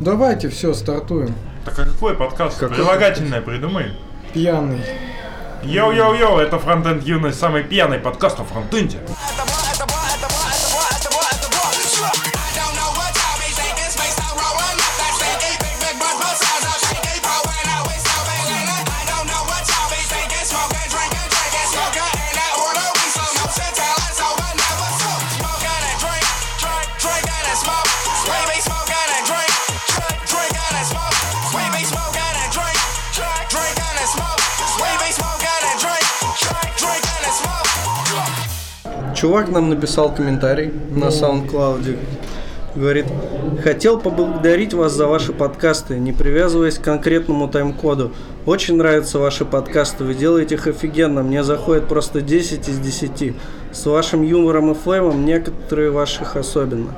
Давайте все, стартуем. Так а какой подкаст? Какой? Прилагательное придумай. Пьяный. Йоу-йоу-йоу, это Фронтенд Юность, самый пьяный подкаст о фронтенде. Drink and smoke, wavy smoke and drink, drink and smoke. Чувак нам написал комментарий на SoundCloud. Говорит, хотел поблагодарить вас за ваши подкасты, не привязываясь к конкретному тайм-коду. Очень нравятся ваши подкасты, вы делаете их офигенно, мне заходит просто 10 из 10. С вашим юмором и флеймом некоторые ваших особенно.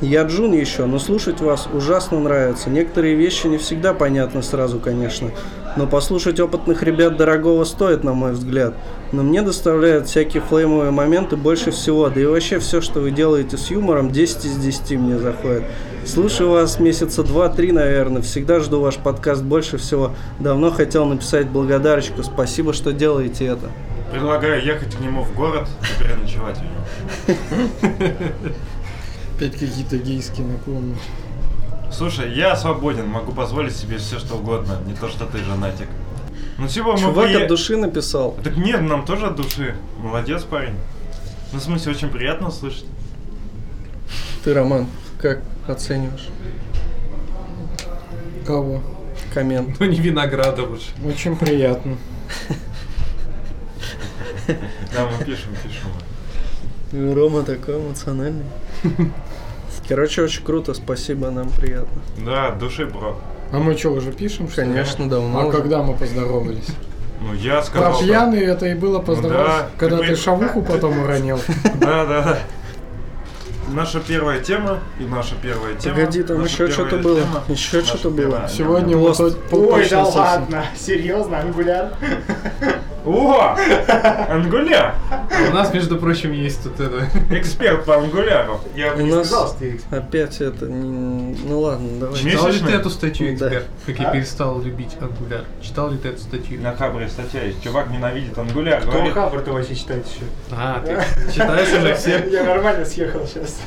Я Джун еще, но слушать вас ужасно нравится. Некоторые вещи не всегда понятны сразу, конечно. Но послушать опытных ребят дорогого стоит, на мой взгляд. Но мне доставляют всякие флеймовые моменты больше всего. Да и вообще все, что вы делаете с юмором, 10 из 10 мне заходит. Слушаю вас месяца 2-3, наверное. Всегда жду ваш подкаст больше всего. Давно хотел написать благодарочку. Спасибо, что делаете это. Предлагаю ехать к нему в город и переночевать у него. Опять какие-то гейские наклонности. Слушай, я свободен, могу позволить себе все что угодно, не то что ты женатик. Ну типа мы Чувак прие- от души написал. Так нет, нам тоже от души. Молодец, парень. Ну, в смысле, очень приятно слышать. Ты, Роман, как оцениваешь Кого? коммент? Ну не виноградов уж. Очень приятно. Да, мы пишем, пишем. Ну, Рома такой эмоциональный. Короче, очень круто, спасибо, нам приятно. Да, от души, бро. А мы что, уже пишем? что ли? Конечно, давно. А уже. когда мы поздоровались? Ну, я сказал... Про да. пьяный это и Ну было поздороваться, да. когда Ты ты бы- шавуху потом уронил. Да, да, да. Наша первая тема и наша первая тема. Погоди, там наша еще первая что-то было. тема, Еще наша что-то было. первая Сегодня тема. мы Пост. тут Ой, да попочно совсем. ладно, серьезно, ангуляр? О! Ангуляр! У нас, между прочим, есть тут это. Эксперт по ангуляру. Я У нас ты эксперт. опять это... не- Ну ладно, давай. Мне Читал ли Месячно? ты эту статью, Да. эксперт? Как я перестал любить ангуляр. Читал ли ты эту статью? на хабре статья есть. Чувак ненавидит ангуляр. Кто говорит, Хаббард вообще читает еще? А, ты читаешь уже все. Я нормально съехал сейчас.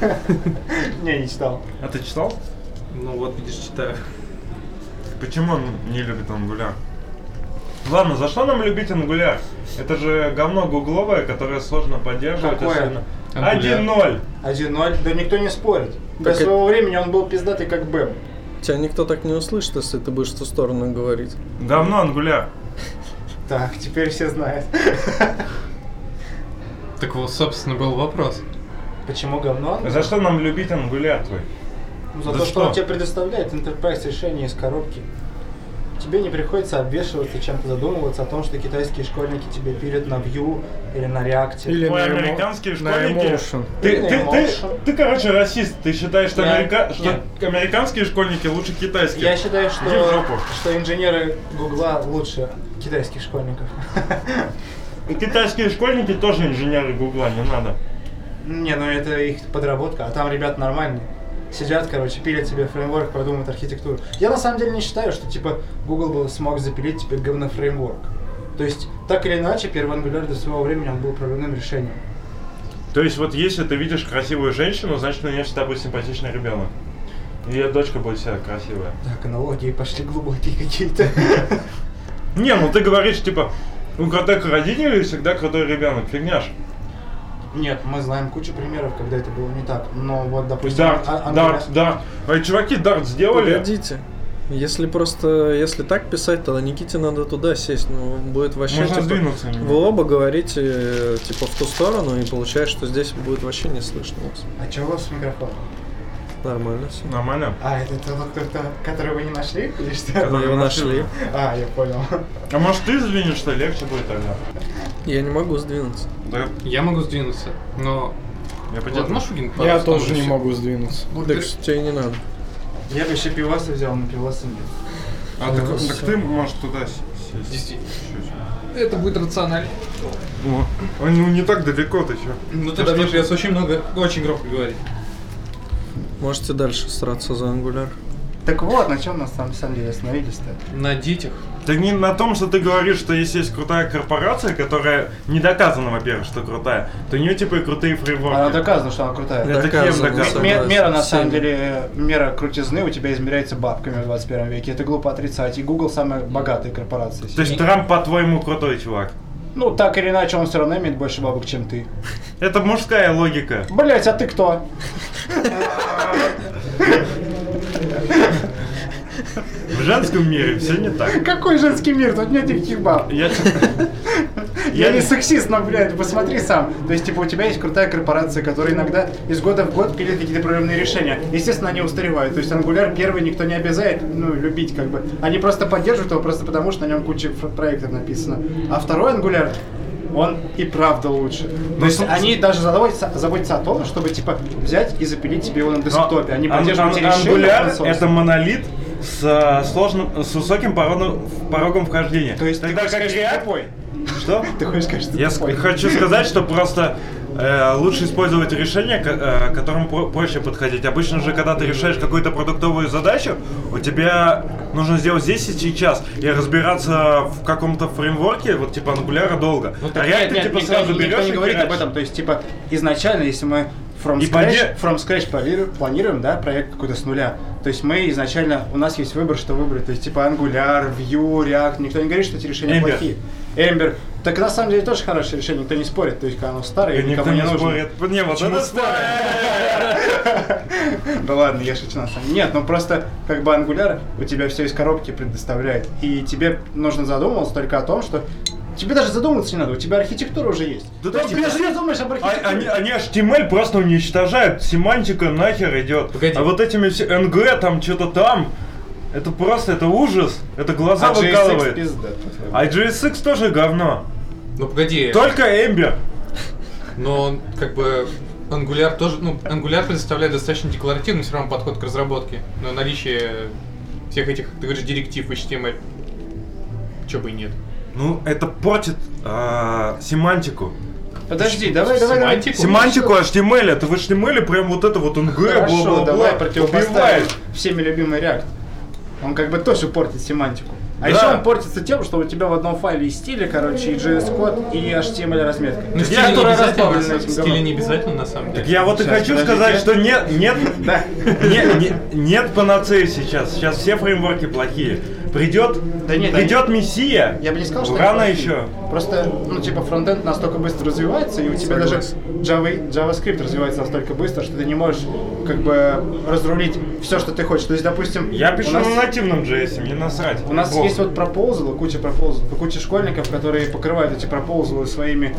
Не, не читал. А ты читал? Ну вот, видишь, читаю. Почему он не любит ангуляр? Ладно, за что нам любить ангуляр? Это же говно гугловое, которое сложно поддерживать. Какое? особенно- Ангуляр. 1-0. 1-0, да никто не спорит. До Так это- своего времени он был пиздатый как Бэм. Тебя никто так не услышит, если ты будешь в ту сторону говорить. Говно ангуляр. Так, теперь все знают. Так вот, собственно, был вопрос. Почему говно? За что нам любить ангуляр твой? Ну, За Да то, что? что он тебе предоставляет Enterprise решение из коробки. Тебе не приходится обвешиваться чем-то, задумываться о том, что китайские школьники тебе пилят на Vue или на React. Или Ой, на эмо- американские на школьники. Emotion. Ты, Или ты, ты, Emotion. ты, короче, расист. Ты считаешь, что, Я- америка- что нет. американские школьники лучше китайских? Я считаю, Иди в что, жопу. что инженеры Гугла лучше китайских школьников. И китайские школьники тоже инженеры Гугла, не надо. Не, ну это их подработка, а там ребят нормальные. Сидят, короче, пилят тебе фреймворк, продумывают архитектуру. Я на самом деле не считаю, что типа Google бы смог запилить тебе говнофреймворк. То есть, так или иначе, первый Angular до своего времени он был прорывным решением. То есть вот если ты видишь красивую женщину, значит у нее всегда будет симпатичный ребенок. Ее дочка будет всегда красивая. Так, аналогии пошли глубокие какие-то. Не, ну ты говоришь, типа, у крутых родителей всегда крутой ребенок, фигня ж. Нет, мы знаем кучу примеров, когда это было не так. Но вот, допустим, Дарт, а- Angular- дарт, дарт. Ой, чуваки, дарт сделали. Погодите. Если просто, если так писать, то Никите надо туда сесть, ну будет вообще Можно типа, сдвинуться немного. Вы оба говорите э, типа в ту сторону и получается, что здесь будет вообще не слышно вас. А чего у вас с микрофоном? Нормально все. Нормально. А, это тот, кто-то, который вы не нашли? Или Мы что? его нашли. нашли. А, я понял. А может ты сдвинешь, что легче будет тогда? Я не могу сдвинуться. Да, Я могу сдвинуться, но... я потяну. Ладно, Шугин, Я пожалуйста, тоже не всё. могу сдвинуться. Так что тебе и не надо. Я бы еще пиваса взял, но пиваса нет. А так, так ты можешь туда с- сесть. Действительно. Чуть-чуть. Это будет рационально. О, ой, ну не так далеко ты чё. Ну тогда мне придется очень много, очень громко говорить. Можете дальше сраться за ангуляр. Так вот, на чем нас на самом деле остановились-то. На детях. Да не на том, что ты говоришь, что если есть крутая корпорация, которая не доказана, во-первых, что крутая, то у нее типа и крутые фреймворки. Она доказана, что она крутая. Это кем Доказано, доказано? М- Ме- согласен. Мера, на самом Всеми. деле, э, мера крутизны у тебя измеряется бабками в 21 веке. Это глупо отрицать. И Google самая богатая корпорация. То есть Трамп, по-твоему, крутой чувак. Ну, так или иначе, он все равно имеет больше бабок, чем ты. Это мужская логика. Блять, а ты кто? В женском мире все не так. Какой женский мир? Тут нет никаких баб. Я, Я Я не не- сексист, но, блядь, посмотри сам. То есть, типа, у тебя есть крутая корпорация, которая иногда из года в год пилит какие-то проблемные решения. Естественно, они устаревают. То есть, ангуляр первый никто не обязает, ну, любить, как бы. Они просто поддерживают его просто потому, что на нем куча фр- проектов написано. А второй ангуляр, он и правда лучше. То есть, собственно- они даже заботятся, заботятся о том, чтобы, типа, взять и запилить тебе его на десктопе. Они Ан- поддерживают ан- те решения. Angular open source. это монолит с э, сложным, с высоким порогом, порогом вхождения. То есть, ты тогда хочешь как сказать, что React- тупой? Что? Ты хочешь сказать, что ты Я тупой? ск- хочу сказать, что просто э, лучше использовать решение, к э, к которому про- проще подходить. Обычно же, когда ты решаешь какую-то продуктовую задачу, у тебя нужно сделать здесь и сейчас. И разбираться в каком-то фреймворке, вот типа ангуляра долго. а Нет, реально ты Ну, нет, типа никто- сразу никто берешь не и говорит об херачишь. этом. То есть, типа, изначально, если мы from И поде- scratch, from scratch планируем, планируем, да, проект какой-то с нуля, то есть мы изначально, у нас есть выбор, что выбрать. То есть, типа, Angular, Vue, React, никто не говорит, что эти решения Ember. плохие. Эмбер. Так на самом деле тоже хорошее решение, никто не спорит. То есть, когда оно старое, И и никто никому не не нужно. спорит. Не, вот Почему это спорят? спорят. Да ладно, я шучу на самом деле. Нет, ну просто как бы Angular у тебя все из коробки предоставляет. И тебе нужно задумываться только о том, что Тебе даже задумываться не надо, у тебя архитектура уже есть. Да То там есть типа, ты даже без- не думаешь об А- архитектуре. Они, они HTML просто уничтожают, семантика нахер идет. Погоди. А вот этими все NG там что-то там, это просто, это ужас, это глаза А JSX выкалывает. пизда. А JSX тоже говно. Ну погоди, Только Эмбер. но он как бы Angular тоже, ну, Angular предоставляет достаточно декларативный все равно подход к разработке, но наличие всех этих, ты говоришь, директив HTML, чё бы и нет. Ну, это портит а, семантику. Подожди, давай, давай, давай. Семантику? Семантику HTML, это в HTML прям вот это вот NG, Хорошо, давай бла-бла-бла, противопоставим убивает. всеми любимый React. Он как бы тоже портит семантику. А Да. еще он портится тем, что у тебя в одном файле и стили, короче, и JS-код, и HTML разметка. Ну, стили не которая обязательно, на разбавлена самом- этим стили говном. не обязательно, на самом деле. Я вот и Сейчас, хочу подождите. сказать, что нет, нет, Да. нет, не- нет панацеи сейчас. Сейчас все фреймворки плохие. Придет, Да нет, придет мессия. Я бы не сказал, что рано они плохие. еще. Просто, ну, типа, фронтенд настолько быстро развивается, и у тебя даже Согласен. Java, JavaScript развивается настолько быстро, что ты не можешь, как бы, разрулить все, что ты хочешь. То есть, допустим, Я у пишу нас- на нативном JS, мне насрать. У нас Бог. есть вот пропозалы, куча пропозалов, куча школьников, которые покрывают эти пропозалы своими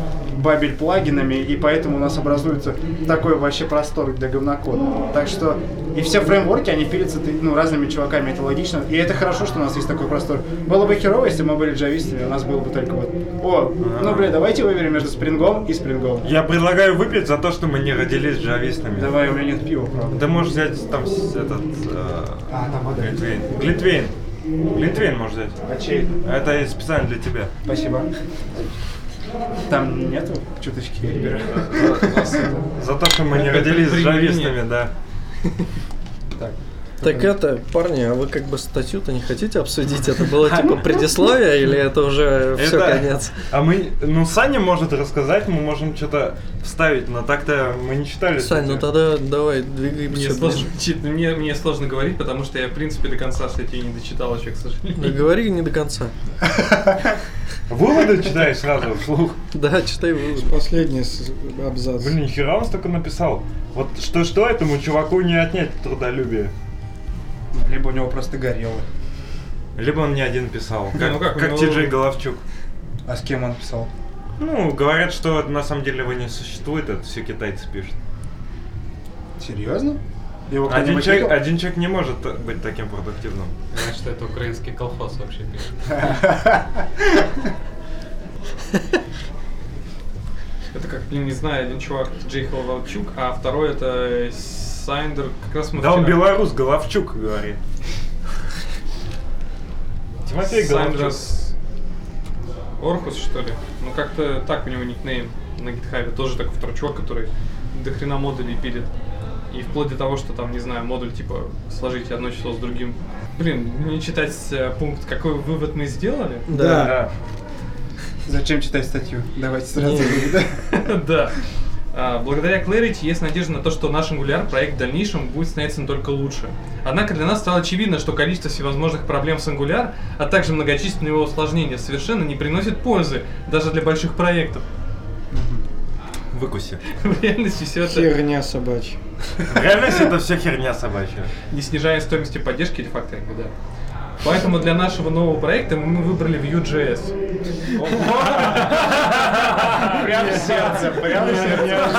бабель-плагинами, и поэтому у нас образуется такой вообще простор для говнокода. Так что и все фреймворки, они пилятся ты- ну, разными чуваками, это логично. И это хорошо, что у нас есть такой простор. Было бы херово, если бы мы были джавистами, у нас было бы только вот... О, ну, блин, давайте выберем между спрингом и спрингом. Я предлагаю выпить за то, что мы не родились джавистами. Давай, у меня нет пива, правда. Ты можешь взять там с- этот... э, А, там вода. глинтвейн. Глинтвейн. Глинтвейн можешь взять. А чей? Это и специально для тебя. Спасибо. Там нету чуточки Эльбера? За то, что мы не родились джавистами, да. Так это, парни, а вы как бы статью-то не хотите обсудить? Это было типа предисловие или это уже все Это- конец? А мы... Ну, Саня может рассказать, мы можем что-то вставить, но так-то мы не читали. Сань, ну статью. тогда давай Мне двигаемся. сложно, ближе. чит- мне, мне сложно говорить, потому что я, в принципе, до конца статью не дочитал еще, к сожалению. Да говори не до конца. Выводы читаешь сразу вслух. Да, читай вывод. Последний с- абзац. Блин, нихера он столько написал. Вот что-что этому чуваку не отнять трудолюбие. Либо у него просто горело. Либо он не один писал, как, ну как, как ну- Ти-Джей Головчук. А с кем он писал? Ну, говорят, что на самом деле его не существует, это все китайцы пишут. Серьезно? Его Один кто-нибудь человек, видел? один человек не может э, быть таким продуктивным. Значит, это украинский колхоз вообще. Это как, блин, не знаю, один чувак Джейхал Волчук, а второй это Сайндер, как раз мы Да он вчера- белорус, Головчук говорит. Тимофей Головчук. Сайндерс Орхус, что ли? Ну, как-то так у него никнейм на гитхабе. Тоже такой второй чувак, который до хрена модулей пилит. И вплоть до того, что там, не знаю, модуль типа сложить одно число с другим. Блин, не читать э, пункт, какой вывод мы сделали? Да. Да. Зачем читать статью? Давайте сразу. Да. А, Благодаря Clarity есть надежда на то, что наш Angular проект в дальнейшем будет становиться только лучше. Однако для нас стало очевидно, что количество всевозможных проблем с Angular, а также многочисленные его усложнения совершенно не приносит пользы даже для больших проектов. Выкуси. В реальности все это Херня собачья. В реальности это все херня собачья. не снижая стоимости поддержки или факторинга, да. Поэтому для нашего нового проекта мы выбрали Vue.js. Прям в сердце, прям в сердце.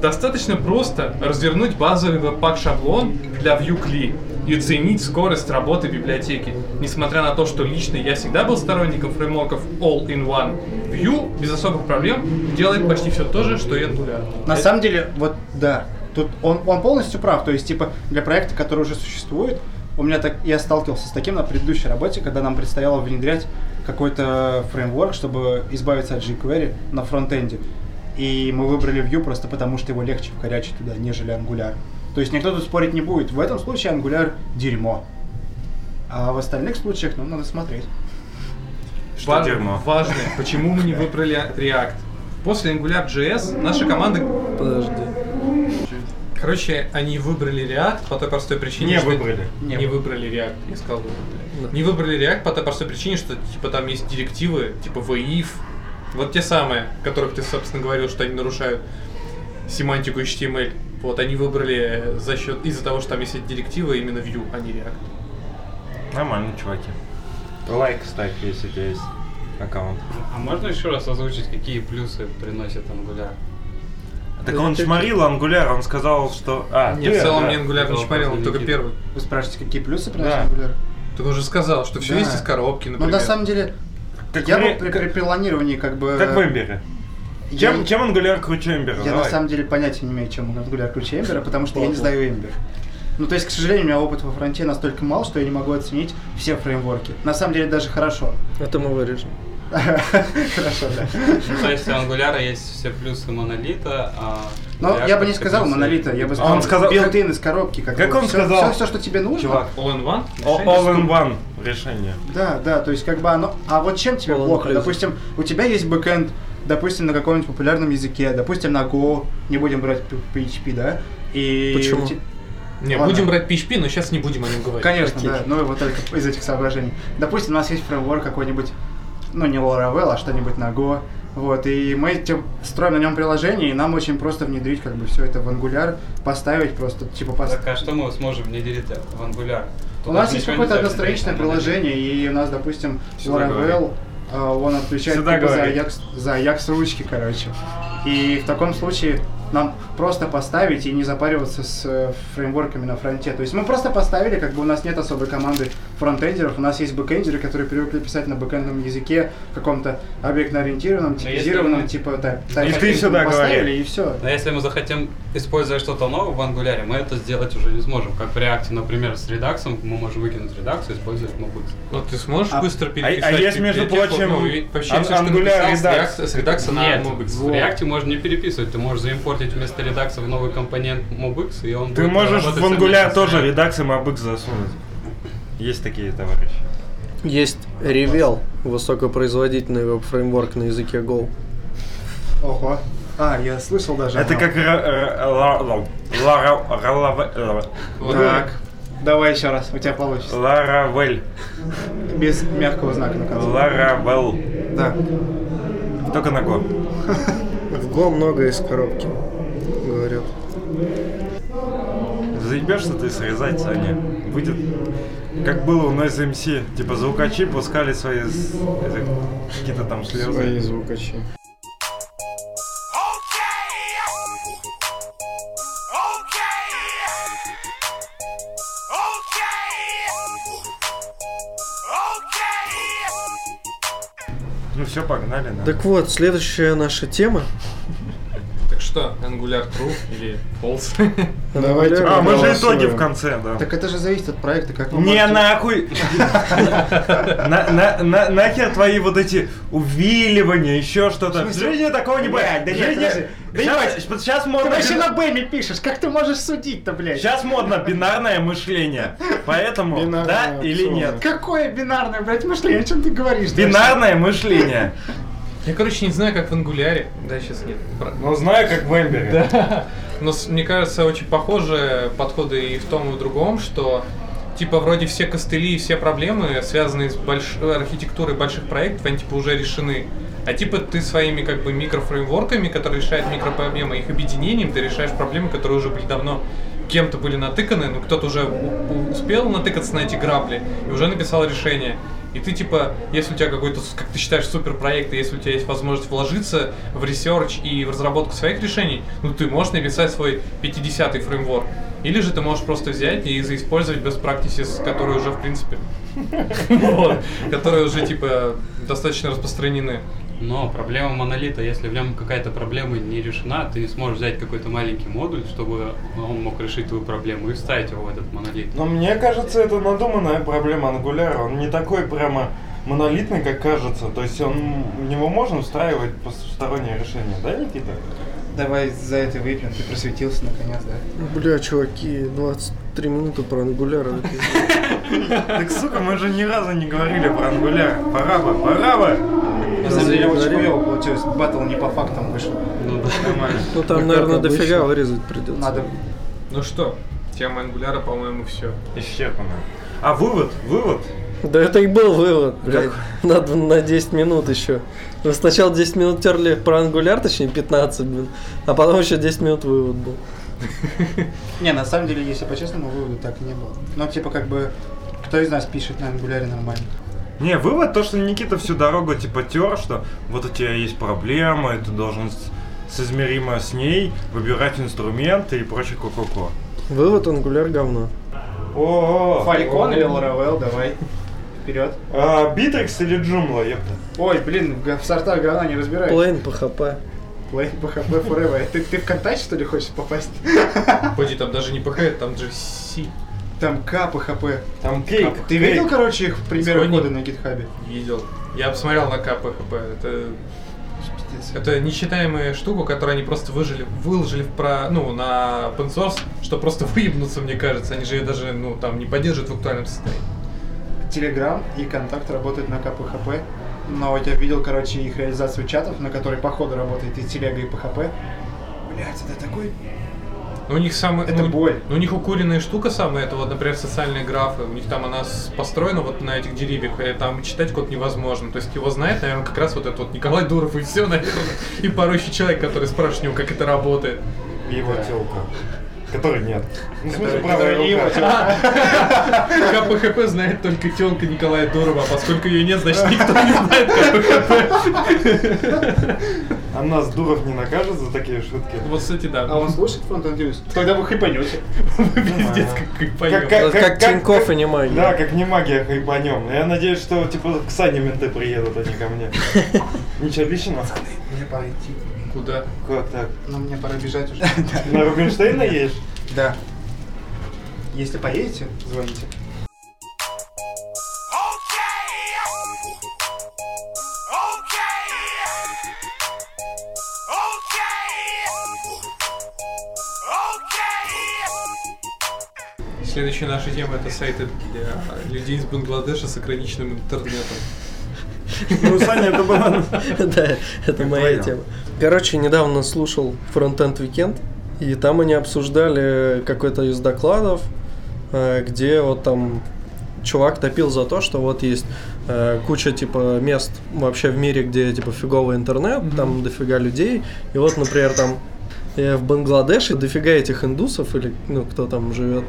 Достаточно просто развернуть базовый веб-пак-шаблон для VueCli и оценить скорость работы библиотеки. Несмотря на то, что лично я всегда был сторонником фреймворков All-in-One, Vue без особых проблем делает почти все то же, что и Angular. На самом деле, вот да, тут он, он полностью прав. То есть, типа, для проекта, который уже существует, у меня так я сталкивался с таким на предыдущей работе, когда нам предстояло внедрять какой-то фреймворк, чтобы избавиться от jQuery на фронтенде. И мы выбрали Vue просто потому, что его легче вкорячить туда, нежели Angular. То есть никто тут спорить не будет. В этом случае Angular дерьмо. А в остальных случаях, ну, надо смотреть. Что Ва- дерьмо? Важно, почему мы не выбрали React. После Angular.js наша команда... Подожди. Короче, они выбрали React по той простой причине, Не что- выбрали. Не, выбрали React, я сказал выбрали. Да. Не выбрали React по той простой причине, что типа там есть директивы, типа VIF, вот те самые, которых ты, собственно, говорил, что они нарушают семантику HTML. Вот они выбрали э, за счет из-за того, что там есть эти директивы именно Vue, а не React. Нормально, чуваки. Лайк ставь, если у тебя есть аккаунт. А можно еще раз озвучить, какие плюсы приносит Angular? Так он чморил Ангуляр, он сказал, что... А, Нет, ты, в целом да. мне Angular не Сказал чморил, он просто только Никита. первый. Вы спрашиваете, какие плюсы приносит Да. Angular? Ты уже сказал, что все Да. есть из коробки, Ну, на например. самом деле, Как я мы- бы при, при планировании как бы... Как в Эмбере. я- Чем, чем Angular круче Эмбера? Я Давай. на самом деле понятия не имею, чем Angular круче Эмбера, потому что я не знаю Эмбер. Ну, то есть, к сожалению, у меня опыт во фронте настолько мал, что я не могу оценить все фреймворки. На самом деле, даже хорошо. Это мы вырежем. Хорошо, да. Ну, то есть у Angular есть все плюсы монолита, а... Но React Ну, я бы не все сказал плюсы- монолита, я бы А он сказал сказал- built-in из коробки. Как он сказал? Все, что тебе нужно. Чувак. All in one? О- All in one решение. Да, да, то есть как бы оно... А вот чем тебе Полный плохо? плюс. Допустим, у тебя есть бэкэнд, допустим, на каком-нибудь популярном языке, допустим, на Go, не будем брать P- PHP, да? И Почему? у те- Не, Ладно. будем брать PHP, но сейчас не будем о нем говорить. Конечно, да, ну и вот только из этих соображений. Допустим, у нас есть фреймворк какой-нибудь, ну не Laravel, а что-нибудь на Go, вот, и мы тем- строим на нем приложение, и нам очень просто внедрить как бы все это в Angular, поставить просто, типа, поставить. Так, а что мы сможем внедрить в Angular? У Тут нас даже есть ничего какое-то нельзя внедрить, одностраничное там монолит. приложение, и у нас, допустим, Всегда Laravel, э, он отвечает Всегда типа, за говорит. Ajax, за Ajax ручки, короче. И в таком случае нам просто поставить и не запариваться с э, фреймворками на фронте. То есть мы просто поставили, как бы у нас нет особой команды фронтендеров, у нас есть бэкендеры, которые привыкли писать на бэкендном языке, каком-то объектно-ориентированном, если типизированном, мы- типа И так. ты сюда поставили, говори. и все. Но если мы захотим использовать что-то новое в Angular, мы это сделать уже не сможем. Как в React, например, с Redux, мы можем выкинуть Redux и использовать Mobux. Ну, ты сможешь А- быстро переписать а есть, между библиотеку, прочим, ну, и вообще Ан- всё, что ты Angular написал Redux. с React- с редакса на Нет, Mobix. в React можно не переписывать. Ты можешь заимпортить вместо Redux новый компонент Mobux, и он Ты будет можешь в работать Angular совместно с тоже React. редакс и мобык засунуть. Есть такие товарищи. Есть Revel, высокопроизводительный веб-фреймворк на языке Go. Ого. А, я слышал даже. о Это нём. как ра- ра- ла- ла- лара- ралаве- Э, Вот. Так. Давай еще раз, у тебя получится. ларавель. Без мягкого знака на конце. Ларавел. Да. Только на год. В Go много из коробки, говорят. Заебешься ты срезать, Саня. Будет как было у Noise MC. Типа звукачи пускали свои с- это, какие-то там Свои слезы. звукачи. Okay. Okay. Okay. Okay. Ну все, погнали. на. Так вот, следующая наша тема. Так что, Angular True или False? Давайте А, мы же проголосуем. итоги в конце, да. Так это же зависит от проекта, как вы Не можете- нахуй! На- на- на- Нахер твои вот эти увиливания, еще что-то. В жизни такого не бывает. В Блядь, да нет, жизни- подожди. Сейчас, сейчас Ты модно... вообще на Бэме пишешь, как ты можешь судить-то, блядь? Сейчас модно бинарное мышление. Поэтому, да Бинарное или опционное. нет? Какое бинарное, блядь, мышление, о чем ты говоришь? Бинарное мышление. Я, короче, не знаю, как в ангуляре. Да, сейчас нет. Про- Но знаю, как в Эмбере. Но с- мне кажется, очень похожи подходы и в том, и в другом, что типа вроде все костыли и все проблемы, связанные с больш- архитектурой больших проектов, они типа уже решены. А типа ты своими как бы микрофреймворками, которые решают микропроблемы, их объединением ты решаешь проблемы, которые уже были давно кем-то были натыканы, но кто-то уже у- у- успел натыкаться на эти грабли и уже написал решение. И ты типа, если у тебя какой-то, с- как ты считаешь, супер проект, и если у тебя есть возможность вложиться в ресерч и в разработку своих решений, ну ты можешь написать свой 50-й фреймворк. Или же ты можешь просто взять и заиспользовать best practices, которые уже в принципе, вот, которые уже типа достаточно распространены. Но проблема монолита, если в нем какая-то проблема не решена, ты не сможешь взять какой-то маленький модуль, чтобы он мог решить твою проблему и вставить его в этот монолит. Но мне кажется, это надуманная проблема ангуляра. Он не такой прямо монолитный, как кажется. То есть он, в него можно устраивать посторонние решения, да, Никита? Давай за это выпьем, ты просветился наконец, да? Бля, чуваки, 23 минуты про ангуляра. Так, сука, мы же ни разу не говорили про ангуляр. Пора бы, пора бы. На самом деле очень хуёво получилось, батл не по фактам вышел. Ну да. Нормально. Ну там, наверное, дофига вырезать придется. Надо Ну что, тема ангуляра, по-моему, все. Исчерпано. А вывод, вывод. Да это и был вывод, блядь. Надо на 10 минут еще. Вы сначала 10 минут терли про ангуляр, точнее 15, блин, а потом еще 10 минут вывод был. Не, на самом деле, если по-честному, вывода так и не было. Ну, типа, как бы, кто из нас пишет на ангуляре нормально? Не, вывод то, что Никита всю дорогу типа тер, что вот у тебя есть проблема, и ты должен с- соизмеримо с ней выбирать инструменты и прочее ко-ко-ко. Вывод ангуляр говно. О, Фалькон или Ларавел, давай. Вперед. А, Битрикс или Джумла, ёпта. Ой, блин, в, га- в сортах говна не разбираюсь. Плейн PHP. Play PHP Forever. Ты, ты в контакт, что ли, хочешь попасть? Поди, там даже не ПХ, там GC. Там К PHP. Там кейк. Ты кейк. видел, короче, их примеры Сегодня? кода на гитхабе? Видел. Я посмотрел на КПХП. Это Это несчитаемая штука, которую они просто выжили, выложили в про, ну, на open source, что просто выебнутся, мне кажется. Они же ее даже, ну, там, не поддерживают в актуальном состоянии. Телеграм и Контакт работают на К PHP. Но я видел, короче, их реализацию чатов, на которой по ходу работает и телега, и PHP. Блять, это такой Но у них самый... Это ну, боль. ну, у них укуренная штука самая, это вот, например, социальные графы. У них там она с- построена вот на этих деревьях, и там читать код невозможно. То есть его знает, наверное, как раз вот этот вот Николай Дуров и все, наверное. И пару еще человек, который спрашивает у него, как это работает. Его телка. Который нет. Ну, в смысле, Который- который не правая его рука. телка. КПХП знает только телка Николая Дурова, а поскольку ее нет, значит никто не знает КПХП. А нас дуров не накажет за такие шутки. Вот, кстати, да. А он слушает Frontend News? Тогда вы хипанете. Пиздец, как, как поёт. Как- Это как- как- как Тинькофф как- и не магия. Да, как не магия хайбанем. Я надеюсь, что типа к Сане менты приедут, а не ко мне. Ничего личного? Мне пора идти. Куда? Как так? Но Ну, мне пора бежать уже. На Рубинштейна едешь? Да. Если поедете, звоните. Okay. Okay. Okay. Okay. Следующая наша тема это сайты для людей из Бангладеша с ограниченным интернетом. Ну, Саня, это было... Да, это моя твоя. тема. Короче, недавно слушал Frontend Weekend, и там они обсуждали какой-то из докладов, э, где вот там чувак топил за то, что вот есть э, куча типа мест вообще в мире, где типа фиговый интернет, там дофига людей, и вот, например, там э, в Бангладеше дофига этих индусов или ну кто там живет.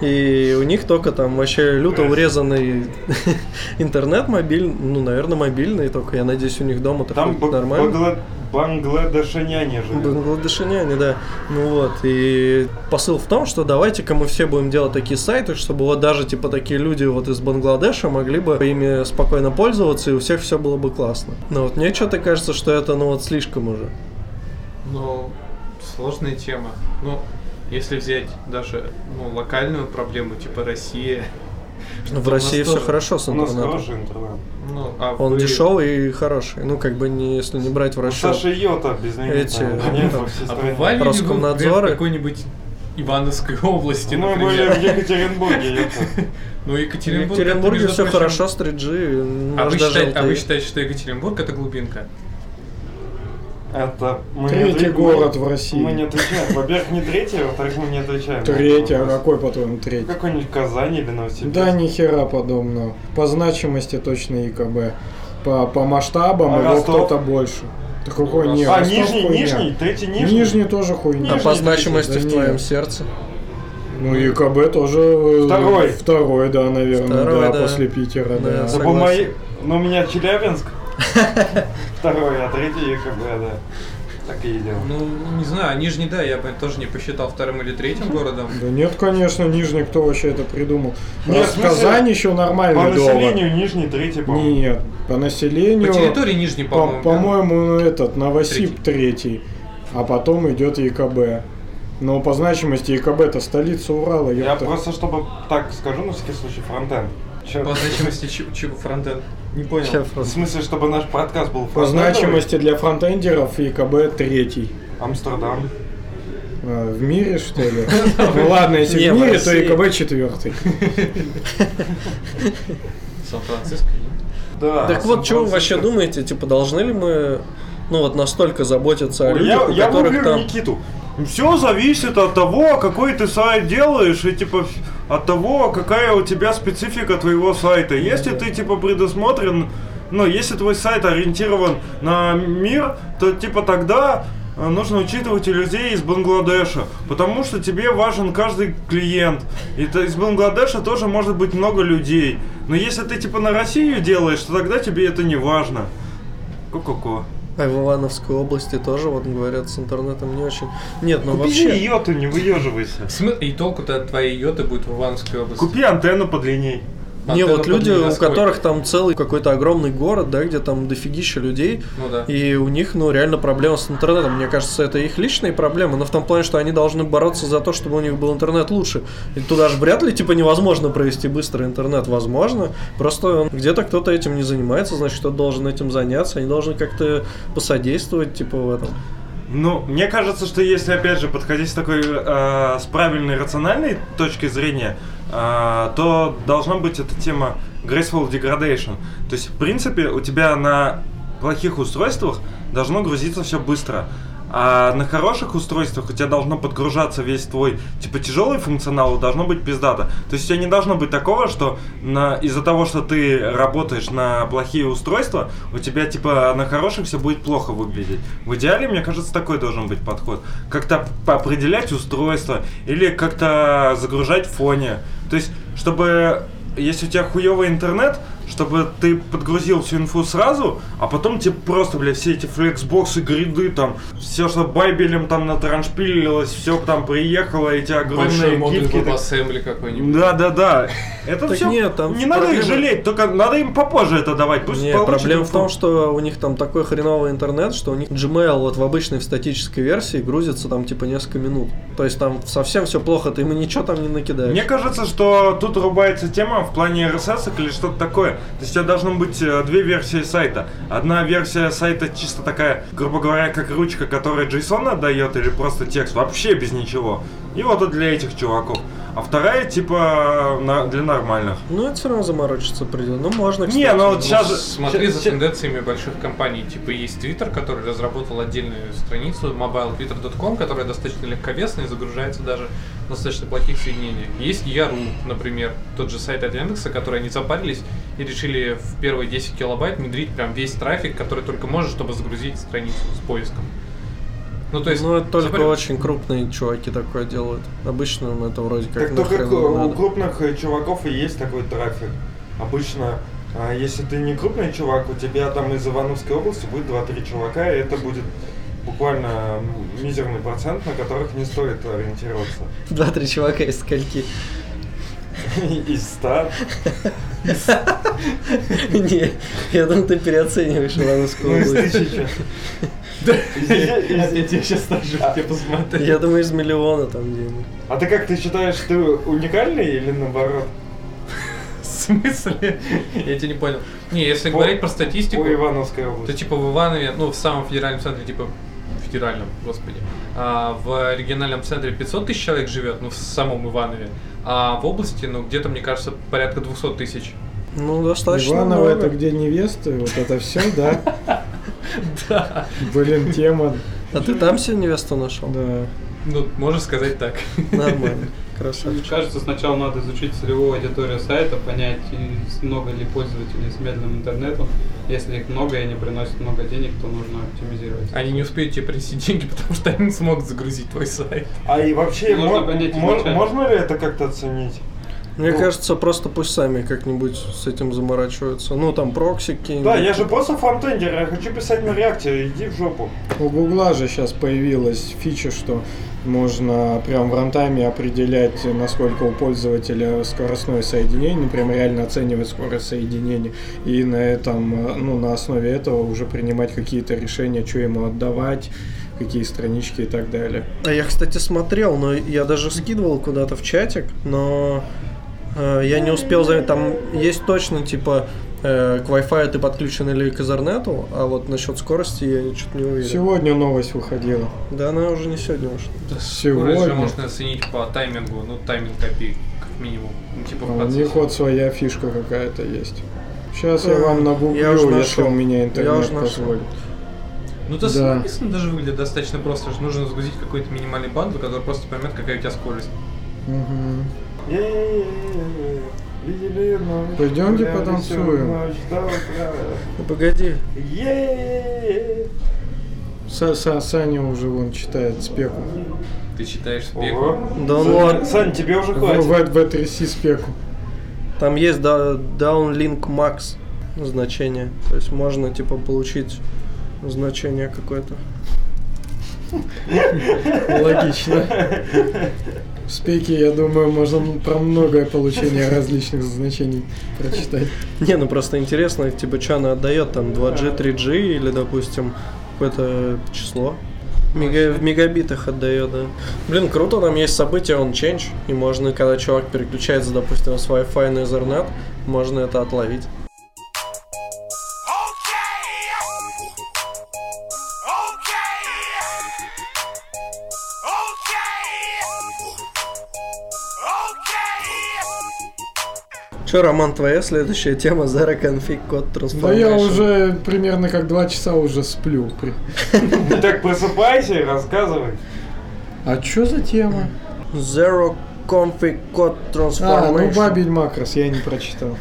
И у них только там вообще люто урезанный интернет мобильный, ну, наверное, мобильный только. Я надеюсь, у них дома так Там будет нормально. бангла- бангладешаняне живет. Бангладешиняне, да. Ну вот, и посыл в том, что давайте-ка мы все будем делать такие сайты, чтобы вот даже, типа, такие люди вот из Бангладеша могли бы ими спокойно пользоваться, и у всех все было бы классно. Но вот мне что-то кажется, что это, ну, вот слишком уже. Ну, сложная тема. Ну, если взять даже ну, локальную проблему, типа Россия, В России все хорошо с У нас интернетом. хороший интернет. Ну, а Он вы- дешевый и хороший. Ну, как бы, не, если не брать в Ну, расчет. Саша Йота без Эти, Нет, да. во всей А стране. бывали ли вы, Роскомнадзоры? например, в какой-нибудь Ивановской области, Ну, Мы были например? в Екатеринбурге, Йота. Ну, В Екатеринбург... это, Екатеринбурге между все прочим, хорошо с 3G. ну, А аж вы, даже считаете, а LTE. вы считаете, что Екатеринбург это глубинка? Это мы не Третий отве- город в мы- Мы не России. отвечаем. Во-первых, не третий, а во-вторых, мы не отвечаем. Третий, а Ну, какой, по-твоему, третий? Какой-нибудь Казань или Новосибирск. Да ни хера подобного. По значимости точно ЕКБ. По, по масштабам А его Ростов? кто-то больше. Да какой А, нет. А, Ростов Нижний, хуйня. Нижний, третий Нижний. Нижний тоже хуйня. А Нижний по значимости Да в нет. твоем сердце? Ну, ЕКБ тоже... э, Второй. Второй, да, наверное, Второй, да, да. после Питера, Да, да. Да согласен. по моей... Ну, у меня Челябинск. Второй, а третий ЕКБ, да. Так и идем. Ну, не знаю, Нижний, да, я бы тоже не посчитал вторым или третьим городом. Да нет, конечно, Нижний, кто вообще это придумал? Нет, Раз в смысле, Казань еще По нормальный доллар. населению Нижний, третий, по-моему. Нет, по По населению... Ну, территории Нижний, По- по-моему. да? По-моему, ну, этот Новосиб третий, а потом идет ЕКБ. Но по значимости ЕКБ это столица Урала. Я ёпта. просто, чтобы так скажу, на всякий случай, фронтен. Чё- По значимости чего чего фронтен? Не понял. Чё В просто? смысле, чтобы наш подкаст был По фронтендовый? значимости для фронтендеров ЕКБ третий. Амстердам. А, в мире, что ли? Ну ладно, если Не, в в мире, то России. ЕКБ четвертый. Сан-Франциско. Да. Так вот, чего вы вообще Сан-Франциско. думаете? Типа, должны ли мы ну вот настолько заботиться о Ой, Я, людях, у я которых люблю там... Никиту. Все зависит от того, какой ты сайт делаешь, и типа ф- от того, какая у тебя специфика твоего сайта. Если ты типа предусмотрен, ну, если твой сайт ориентирован на мир, то типа тогда э, нужно учитывать и людей из Бангладеша, потому что тебе важен каждый клиент. И то из Бангладеша тоже может быть много людей. Но если ты типа на Россию делаешь, то тогда тебе это не важно. Ко-ко-ко. А в Ивановской области тоже, вот говорят, с интернетом не очень. Нет, ну Купи вообще... ее, ты не выеживайся. Смы- И толку-то от твоей йоты будет в Ивановской области. Купи антенну подлинней. Не, Антенна вот люди, подведена у сколько? которых там целый какой-то огромный город, да, где там дофигища людей, Ну да. и у них, ну, реально проблема с интернетом. Мне кажется, это их личные проблемы, но в том плане, что они должны бороться за то, чтобы у них был интернет лучше. И туда же вряд ли, типа, невозможно провести быстрый интернет. Возможно, просто где-то кто-то этим не занимается, значит, кто-то должен этим заняться, они должны как-то посодействовать, типа, в этом. Ну, мне кажется, что если, опять же, подходить с такой, э, с правильной рациональной точки зрения, э, то должна быть эта тема graceful degradation. То есть, в принципе, у тебя на плохих устройствах должно грузиться все быстро. А на хороших устройствах у тебя должно подгружаться весь твой, типа, тяжелый функционал, и должно быть пиздато. То есть у тебя не должно быть такого, что на, из-за того, что ты работаешь на плохие устройства, у тебя, типа, на хороших все будет плохо выглядеть. В идеале, мне кажется, такой должен быть подход. Как-то определять устройство или как-то загружать в фоне. То есть, чтобы если у тебя хуёвый интернет, чтобы ты подгрузил всю инфу сразу, а потом тебе просто, бля, все эти флексбоксы, гриды, там, все, что байбелем там натраншпилилось, все там приехало, эти Большой огромные модуль кипки. WebAssembly какой-нибудь. Да, да, да. Это Так все. нет, там не надо их проблема- жалеть, только надо им попозже это давать. Пусть Не, получат проблема в инфу. том, что у них там такой хреновый интернет, что у них Gmail вот в обычной в статической версии грузится там типа несколько минут. То есть там совсем все плохо, ты ему ничего там не накидаешь. Мне кажется, что тут рубается тема в плане RSS -ок или что-то такое. То есть у тебя должно быть э, две версии сайта. Одна версия сайта чисто такая, грубо говоря, как ручка, которая JSON отдает или просто текст, вообще без ничего. И вот это для этих чуваков. А вторая типа на- для нормальных. Ну, это все равно заморочиться придет. Ну, можно, кстати. Не, ну вот Ну, сейчас же... Смотри щас- за тенденциями больших компаний. Типа есть Twitter, который разработал отдельную страницу mobiletwitter.com, которая достаточно легковесная и загружается даже в достаточно плохих соединениях. Есть Яру, например, тот же сайт от Яндекса, который они запарились и решили в первые 10 килобайт внедрить прям весь трафик, который только может, чтобы загрузить страницу с поиском. Ну, то есть... Ну, это только запарил- очень крупные чуваки такое делают. Обычно им это вроде как Так только нахрен не у надо. крупных э, чуваков и есть такой трафик. Обычно, а, если ты не крупный чувак, у тебя там из Ивановской области будет 2-3 чувака, и это будет буквально м, мизерный процент, на которых не стоит ориентироваться. Два-три чувака из скольки. Из 100. Не, я думаю, ты переоцениваешь Ну, Ивановскую из область. 1000. Я тебя сейчас даже тебе посмотрю. Я думаю, из миллиона там где-нибудь. А ты как, ты считаешь, ты уникальный или наоборот? смысле? Я тебя не понял. Не, если говорить про статистику, У Ивановской то области. типа в Иванове, ну в самом федеральном центре, типа федеральном, господи, а, в региональном центре 500 тысяч человек живет, ну в самом Иванове, а в области, ну где-то, мне кажется, порядка 200 тысяч. Ну, достаточно Иваново много. это где невесты, вот это все, да? Да. Блин, тема, А ты там себе невесту нашел? да. Ну, можно сказать так. Нормально. Красавчик. Кажется, сначала надо изучить целевую аудиторию сайта, понять, и с- много ли пользователей с медленным интернетом. Если их много и они приносят много денег, то нужно оптимизировать. Они не успеют тебе принести деньги, потому что они не смогут загрузить твой сайт. А и вообще, Нужно мо- понять мо- изначально. можно ли это как-то оценить? Мне кажется, просто пусть сами как-нибудь с этим заморачиваются. Ну, там прокси какие-нибудь. Да, я же просто фронтендер, я хочу писать на реакте, иди в жопу. У Гугла же сейчас появилась фича, что можно прям в рантайме определять, насколько у пользователя скоростное соединение, ну, прям реально оценивать скорость соединения, и на этом, э, ну, на основе этого уже принимать какие-то решения, что ему отдавать, какие странички и так далее. А я, кстати, смотрел, но я даже скидывал куда-то в чатик, но э, я не успел заметить. Там есть точно, типа, э, к Wi-Fi ты подключен или к Ethernet, а вот насчет скорости я что-то не уверен. Сегодня новость выходила. Да, она уже не сегодня вышла. Скорость же Сегодня. можно оценить по таймингу, ну тайминг копий, как минимум. Ну, типа в А У них процессе. вот своя фишка какая-то есть. Сейчас я Э, вам нагуглю, я уж если нашел. у меня Я интернет уж нашел. позволит. Ну то Да. написано даже выглядит достаточно просто, что нужно загрузить какой-то минимальный бандл, который просто поймет, какая у тебя скорость. Мгм. Видели ночь, Пойдёмте гуляли потанцуем. всю ночь до утра. Ну, погоди, Е-е-е. Са- Са- Саня уже вон читает спеку. Ты читаешь спек. Ого. да ну ладно. Сань, тебе уже В, хватит. в, 3 c спеку. Там есть да, downlink max значение. То есть можно типа получить значение какое-то. Логично. В спеке, я думаю, можно про многое получение различных значений прочитать. Не, ну просто интересно, типа, что она отдает там 2G, 3G или, допустим, какое-то число. Мега- в мегабитах отдает, да. Блин, круто, там есть событие он change, и можно, когда чувак переключается, допустим, с Wi-Fi на Ethernet, можно это отловить. Okay. Okay. Okay. Okay. Че, Роман, твоя следующая тема Zara Config Code Transformation? Да я уже примерно как два часа уже сплю. При- Так просыпайся и рассказывай. А чё за тема? Zero Config Code Transformation. А, ну бабель макрос, я не прочитал.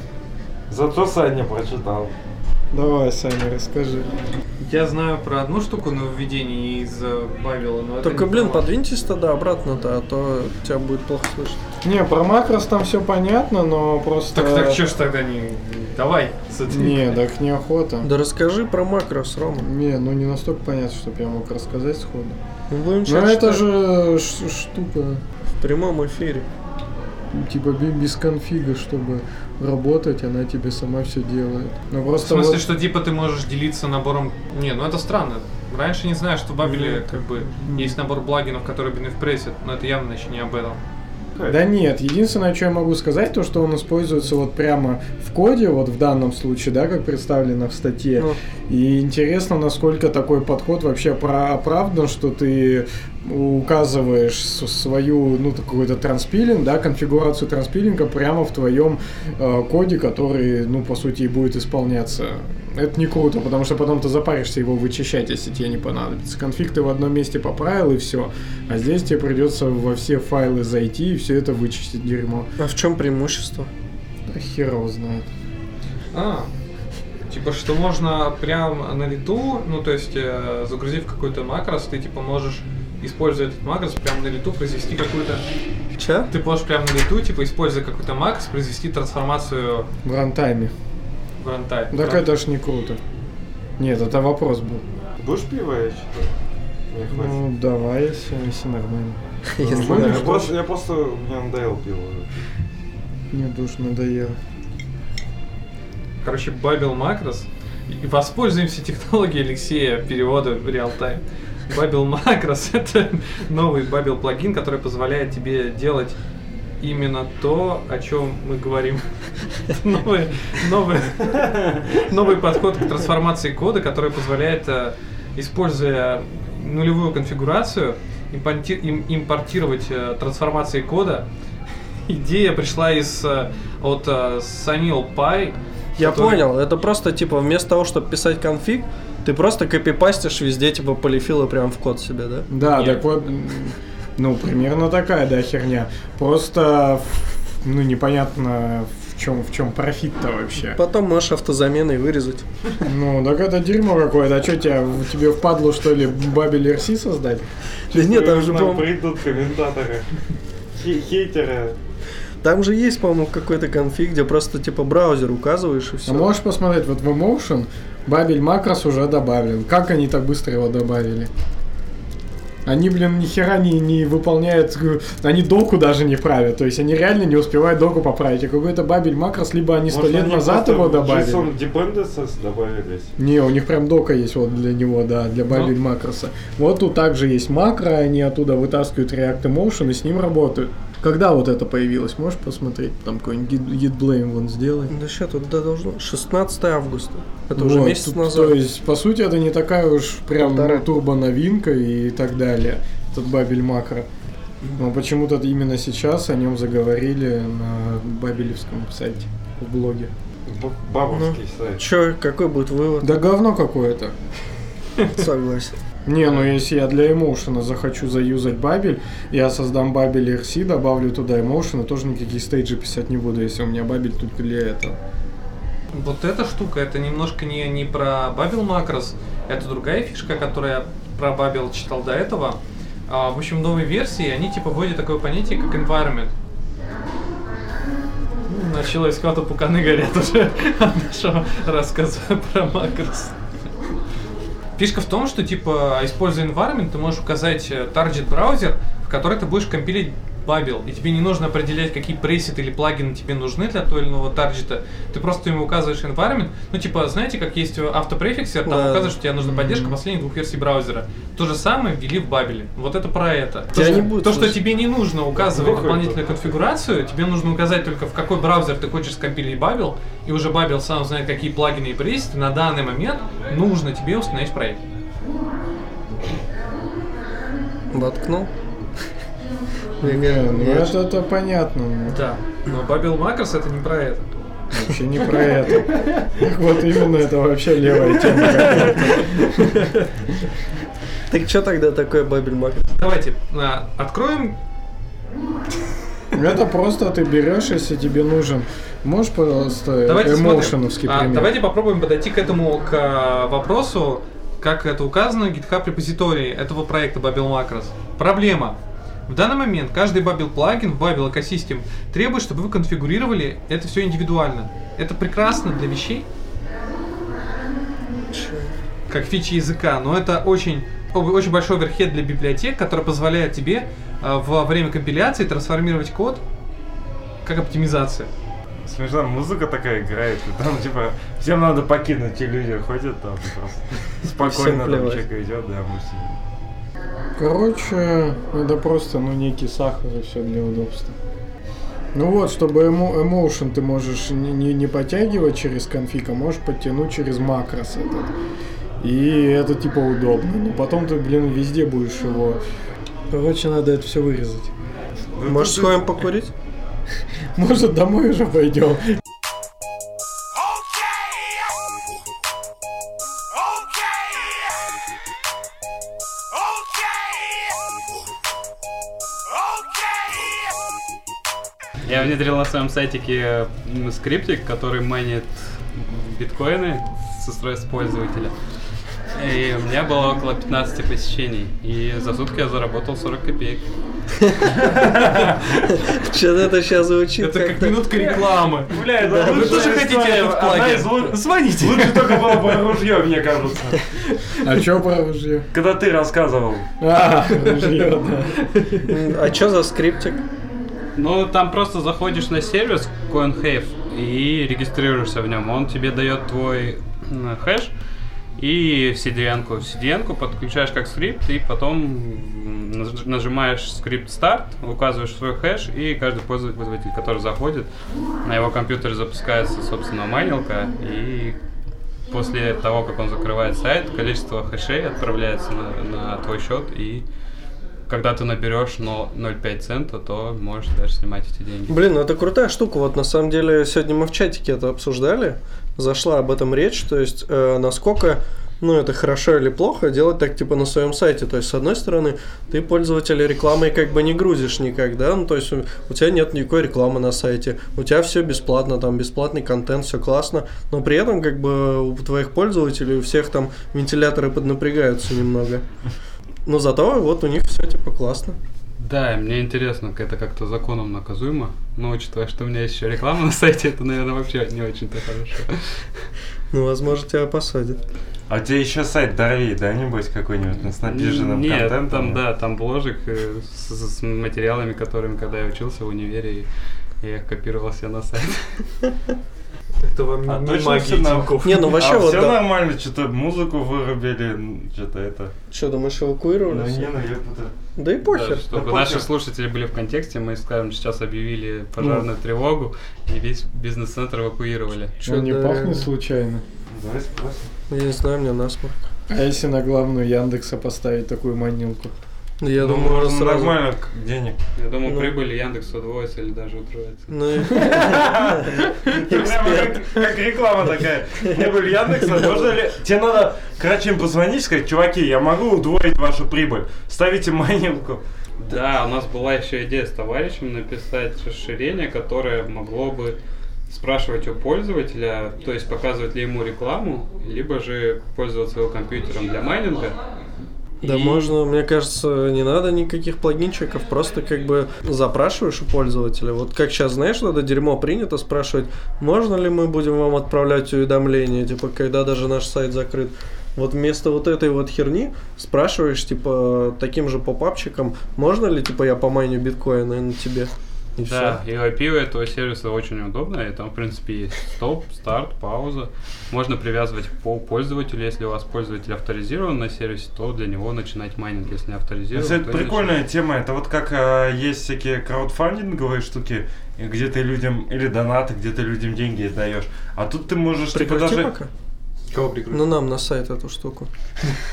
Зато Саня прочитал. Давай, Саня, расскажи. Я знаю про одну штуку нововведение из э, Бавила, но это Только, не блин, помогло. подвиньтесь тогда обратно-то, а то тебя будет плохо слышно. Не, про макрос там все понятно, но просто... Так, так что ж тогда не... Давай, Не, смотри. так неохота. Да расскажи про макрос, Рома. Не, ну не настолько понятно, чтобы я мог рассказать сходу. Мы будем Ну сейчас это читать же ш- штука, в прямом эфире. типа бе- без конфига, чтобы работать, она тебе сама все делает. Ну В просто смысле, вот- что типа ты можешь делиться набором... Не, ну это странно. Раньше не знаю, что в Бабеле как бы есть набор плагинов, которые бенефпрессят, но это явно еще не об этом. Да нет, единственное, что я могу сказать, то, что он используется вот прямо в коде, вот в данном случае, да, как представлено в статье. Ну. И интересно, насколько такой подход вообще про- оправдан, что ты указываешь с- свою, ну, какую-то транспилинг, да, конфигурацию транспилинга прямо в твоем э, коде, который, ну, по сути, и будет исполняться. Это не круто, потому что потом ты запаришься его вычищать, если тебе не понадобится. Конфиг ты в одном месте поправил и все. А здесь тебе придется во все файлы зайти и все это вычистить дерьмо. А в чем преимущество? Да хер его знает. А, типа, что можно прям на лету, ну, то есть, э, загрузив какой-то макрос, ты, типа, можешь, используя этот макрос, прям на лету произвести какую-то... Че? Ты можешь прям на лету, типа, используя какой-то макрос, произвести трансформацию В рантайме. в рантайм. Так это ж не круто. Нет, это вопрос был. Будешь пиво, я считаю? Мне хватит. Ну, давай, если, если нормально. Если Ну, да. я, просто, я просто, мне надоело пиво. Мне душ надоело. Короче, Бабел макрос. И воспользуемся технологией Алексея перевода в реал-тайм. Бабел макрос — это новый Бабел плагин, который позволяет тебе делать именно то, о чем мы говорим. Новый, новый, новый подход к трансформации кода, который позволяет, э, используя нулевую конфигурацию, импонти- им- импортировать э, трансформации кода. Идея пришла из э, от э, Sunil Pie. Я который- понял, это просто типа вместо того, чтобы писать конфиг, ты просто копипастишь везде типа полифилы прям в код себе, да? Да, Нет. так вот, м, ну, примерно такая, да, херня. Просто, ну, непонятно, в чем, в чем профит-то вообще. Потом можешь автозаменой вырезать. Ну, так это дерьмо какое-то. А что тебе, в- тебе впадло, что ли, бабель RC создать? Да нет, там же, Нам по-моему, придут комментаторы. Хе- Хейтеры. там же есть, по-моему, какой-то конфиг, где просто типа браузер указываешь и А все. можешь посмотреть, вот в Emotion бабель макрос уже добавлен. Как они так быстро его добавили? Они, блин, ни хера не, не выполняют, э, они доку даже не правят, то есть они реально не успевают доку поправить. А какой-то бабель макрос, либо они сто Может, лет они назад просто его в добавили. JSON dependencies добавились. Не, у них прям дока есть вот для него, да, для бабель макроса. Вот тут также есть макро, они оттуда вытаскивают React Emotion и с ним работают. Когда вот это появилось, можешь посмотреть? Там какой-нибудь гидблейм вон сделай. Да что тут да, должно? 16 августа. Это уже Вот, месяц тут, назад. То есть, по сути, это не такая уж прям Полтора. турбо новинка и так далее. Этот бабель макро. Но почему-то именно сейчас о нем заговорили на бабелевском сайте, в блоге. Б- Бабовский сайт. Че, какой будет вывод? Да говно какое-то. Согласен. Не, ну если я для эмоушена захочу заюзать бабель, я создам бабель RC, добавлю туда эмоушен, и тоже никакие стейджи писать не буду, если у меня бабель только для этого. Вот эта штука, это немножко не, не про Бабел Макрос, это другая фишка, которую я про Бабел читал до этого. А, в общем, новые версии, они типа вводят такое понятие, как environment. Ну, Начало искать пуканы горят уже от нашего рассказа про Макрос. Фишка в том, что типа, используя environment, ты можешь указать э, target браузер, в который ты будешь компилить бабел, и тебе не нужно определять, какие пресеты или плагины тебе нужны для того или иного таргета. Ты просто ему указываешь environment. Ну, типа, знаете, как есть э, автопрефиксер, там Да. указываешь, что тебе нужна поддержка последних двух версий браузера. То же самое ввели в бабеле. Вот это про это. То, Тебя что- не будет то, что слышать. тебе не нужно указывать Какой дополнительную это? конфигурацию, тебе нужно указать только в какой браузер ты хочешь скомпилить бабел, и уже бабел сам знает, какие плагины и пресеты на данный момент нужно тебе установить проект. Воткнул. Не, ну Я это, это понятно, ну, Да, но Бабел Макрос это не про это. вообще не про это. Вот именно это вообще левая тема. Так что тогда такое бабель макрос? Давайте а, откроем. Это просто ты берешь, если тебе нужен. Можешь, пожалуйста, Давайте эмоушеновский смотрим. А, пример? давайте попробуем подойти к этому к а, вопросу, как это указано в GitHub репозитории этого проекта Бабел Макрос. Проблема. В данный момент каждый Бабел плагин в Бабел Ecosystem требует, чтобы вы конфигурировали это все индивидуально. Это прекрасно для вещей, как фичи языка, но это очень, об- очень большой верхед для библиотек, который позволяет тебе а, во время компиляции трансформировать код как оптимизация. Смешно, музыка такая играет, и там типа всем надо покинуть, и люди ходят там просто спокойно, там плевать. человек идет, да, мы все. Короче, это просто, ну, некий сахар и все для удобства. Ну вот, чтобы эмо- emotion ты можешь не, не, не подтягивать через конфиг, а можешь подтянуть через макрос этот. И это типа удобно. Но потом ты, блин, везде будешь его... Короче, надо это все вырезать. Может, сходим покурить? Может, домой уже пойдем? Okay. Okay. Okay. Okay. Я внедрил на своем сайтике м, скриптик, который майнит биткоины с устройств пользователя. И у меня было около 15 посещений. И за сутки я заработал 40 копеек. Что-то это сейчас звучит Это как как-то- минутка рекламы. Бля, ну это Вы лучшая тоже хотите история, этот одна плагин? из лу- Звоните. Лучше только было бы ружье, мне кажется. А чё про ружье? Когда ты рассказывал. А, ружье, да. М, А что за скриптик? Ну, там просто заходишь на сервис CoinHave и регистрируешься в нем. Он тебе дает твой м, хэш, и в CDN. -ку. В CDN -ку подключаешь как скрипт, и потом м, наж- нажимаешь скрипт старт, указываешь свой хэш, и каждый пользователь, пользователь, который заходит, на его компьютере запускается, собственно, майнилка, и после того, как он закрывает сайт, количество хэшей отправляется на, на твой счет, и когда ты наберешь но- 0,5 цента, то можешь даже снимать эти деньги. Блин, ну это крутая штука. Вот на самом деле сегодня мы в чатике это обсуждали. Зашла об этом речь. То есть, э, насколько ну, это хорошо или плохо, делать так типа на своем сайте. То есть, с одной стороны, ты пользователя рекламой как бы не грузишь никак, да? Ну, то есть, у, у тебя нет никакой рекламы на сайте, у тебя все бесплатно, там бесплатный контент, все классно, но при этом как бы у твоих пользователей, у всех там вентиляторы поднапрягаются немного. Но зато вот у них все типа классно. Да, и мне интересно, это как-то законом наказуемо, но учитывая, что у меня есть еще реклама на сайте, это, наверное, вообще не очень-то хорошо. Ну, возможно, тебя посадят. А у тебя еще сайт Дарви, да, нибудь какой-нибудь ну, с напиженным Нет, контентом? А там, да, там бложик э, с, с материалами, которыми, когда я учился в универе, и я их копировал себе на сайт. Это вам А не точно магия всё нам- Тинькофф. Не, ну вообще а вот все да. нормально, что-то музыку вырубили, что-то это. Что, думаешь, эвакуировали? Ну всё? не, ну я буду... Да и Да, похер. чтобы Да наши похер. слушатели были в контексте, мы, скажем, сейчас объявили пожарную тревогу и весь бизнес-центр эвакуировали. Чё, Он не да, пахнет реально. случайно? Давай спросим. Ну, Я не знаю, мне насморк. А если на главную Яндекса поставить такую манилку? Да Я Ну, думаю, можно сразу... нормально к- денег. Я думаю, Ну. прибыль Яндекс удвоится или даже утроится. Ну, и- Прямо Эксперт. как, как реклама такая. Мне были Яндекса, а можно ли... Тебе надо, короче, им позвонить и сказать, чуваки, я могу удвоить вашу прибыль. Ставите майнинку. Да, у нас была еще идея с товарищем написать расширение, которое могло бы спрашивать у пользователя, то есть показывать ли ему рекламу, либо же пользоваться его компьютером для майнинга. Да И- можно, мне кажется, не надо никаких плагинчиков, просто как бы запрашиваешь у пользователя. Вот как сейчас, знаешь, надо дерьмо принято спрашивать, можно ли мы будем вам отправлять уведомления, типа, когда даже наш сайт закрыт. Вот вместо вот этой вот херни спрашиваешь, типа, таким же попапчиком, можно ли, типа, я помайню биткоины на тебе? И Да, и IP у этого сервиса очень удобно, и там, в принципе, есть стоп, старт, пауза. Можно привязывать по пользователю, если у вас пользователь авторизирован на сервисе, то для него начинать майнинг, если не авторизирован. Кстати, то это не прикольная тема. Это вот как э, есть всякие краудфандинговые штуки, и где ты людям, или донаты, где ты людям деньги даешь. А тут ты можешь всё. типа Прекрати даже... пока. Кого прикрутить? Ну, нам на сайт эту штуку.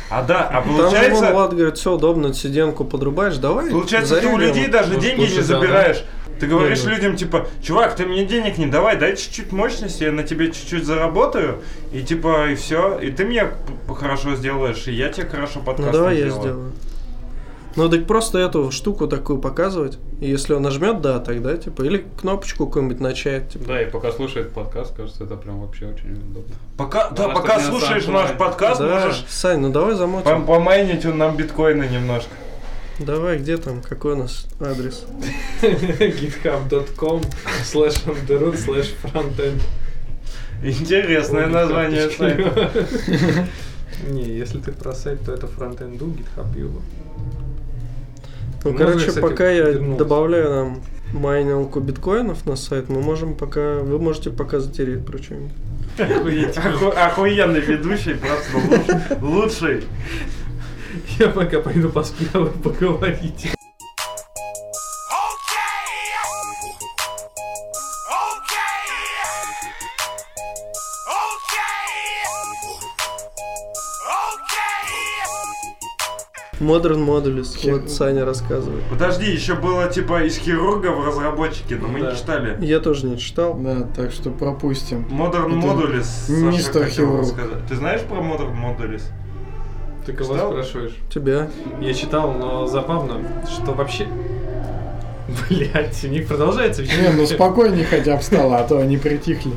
А да, а Там же вон получается, Влад говорит, все удобно, сиденку подрубаешь, давай. Ну, получается, ты у зарегулируем». людей даже Может, деньги не лучше, да, забираешь. Ты говоришь Не, ну- людям, типа, чувак, ты мне денег не давай, дай чуть-чуть мощности, я на тебе чуть-чуть заработаю, и типа, и все, и ты мне п- хорошо сделаешь, и я тебе хорошо подкаст Ну давай я сделаю. сделаю. Ну так просто эту штуку такую показывать. И если он нажмет, да, тогда типа. Или кнопочку какую-нибудь начать, типа. слушает. Да, и пока слушает подкаст, кажется, это прям вообще очень удобно. Пока, да, Да, пока чтобы не на слушаешь самом наш деле. подкаст, да, можешь Сань, ну давай пом- замотим. помайнить он нам биткоина немножко. Давай, где там? Какой у нас адрес? github.com slash underroot slash frontend. Интересное Ой, Ну, название карточки. сайта. Не, если ты про сайт, то это фронтенду, GitHub его. Ну, Ну, короче, кстати, пока я вернулся. добавляю нам майнинку биткоинов на сайт, мы можем пока. Вы можете пока затереть про что-нибудь. Оху- Охуенный ведущий, просто луч- лучший. Я пока пойду посплю, а вы поговорите. Okay. Okay. Okay. Okay. Modern Modules, вот Саня рассказывает. Подожди, еще было типа из хирурга в разработчики, но мы не Да. читали. Я тоже не читал. Да, так что пропустим. Modern Это Modules. Саша мистер хотел Хирург. рассказать. Ты знаешь про Modern Modules? Ты кого Читал? спрашиваешь? Тебя. Я читал, но забавно, что вообще... Блять, у них продолжается Не, ну спокойнее хотя бы стало, а то они притихли.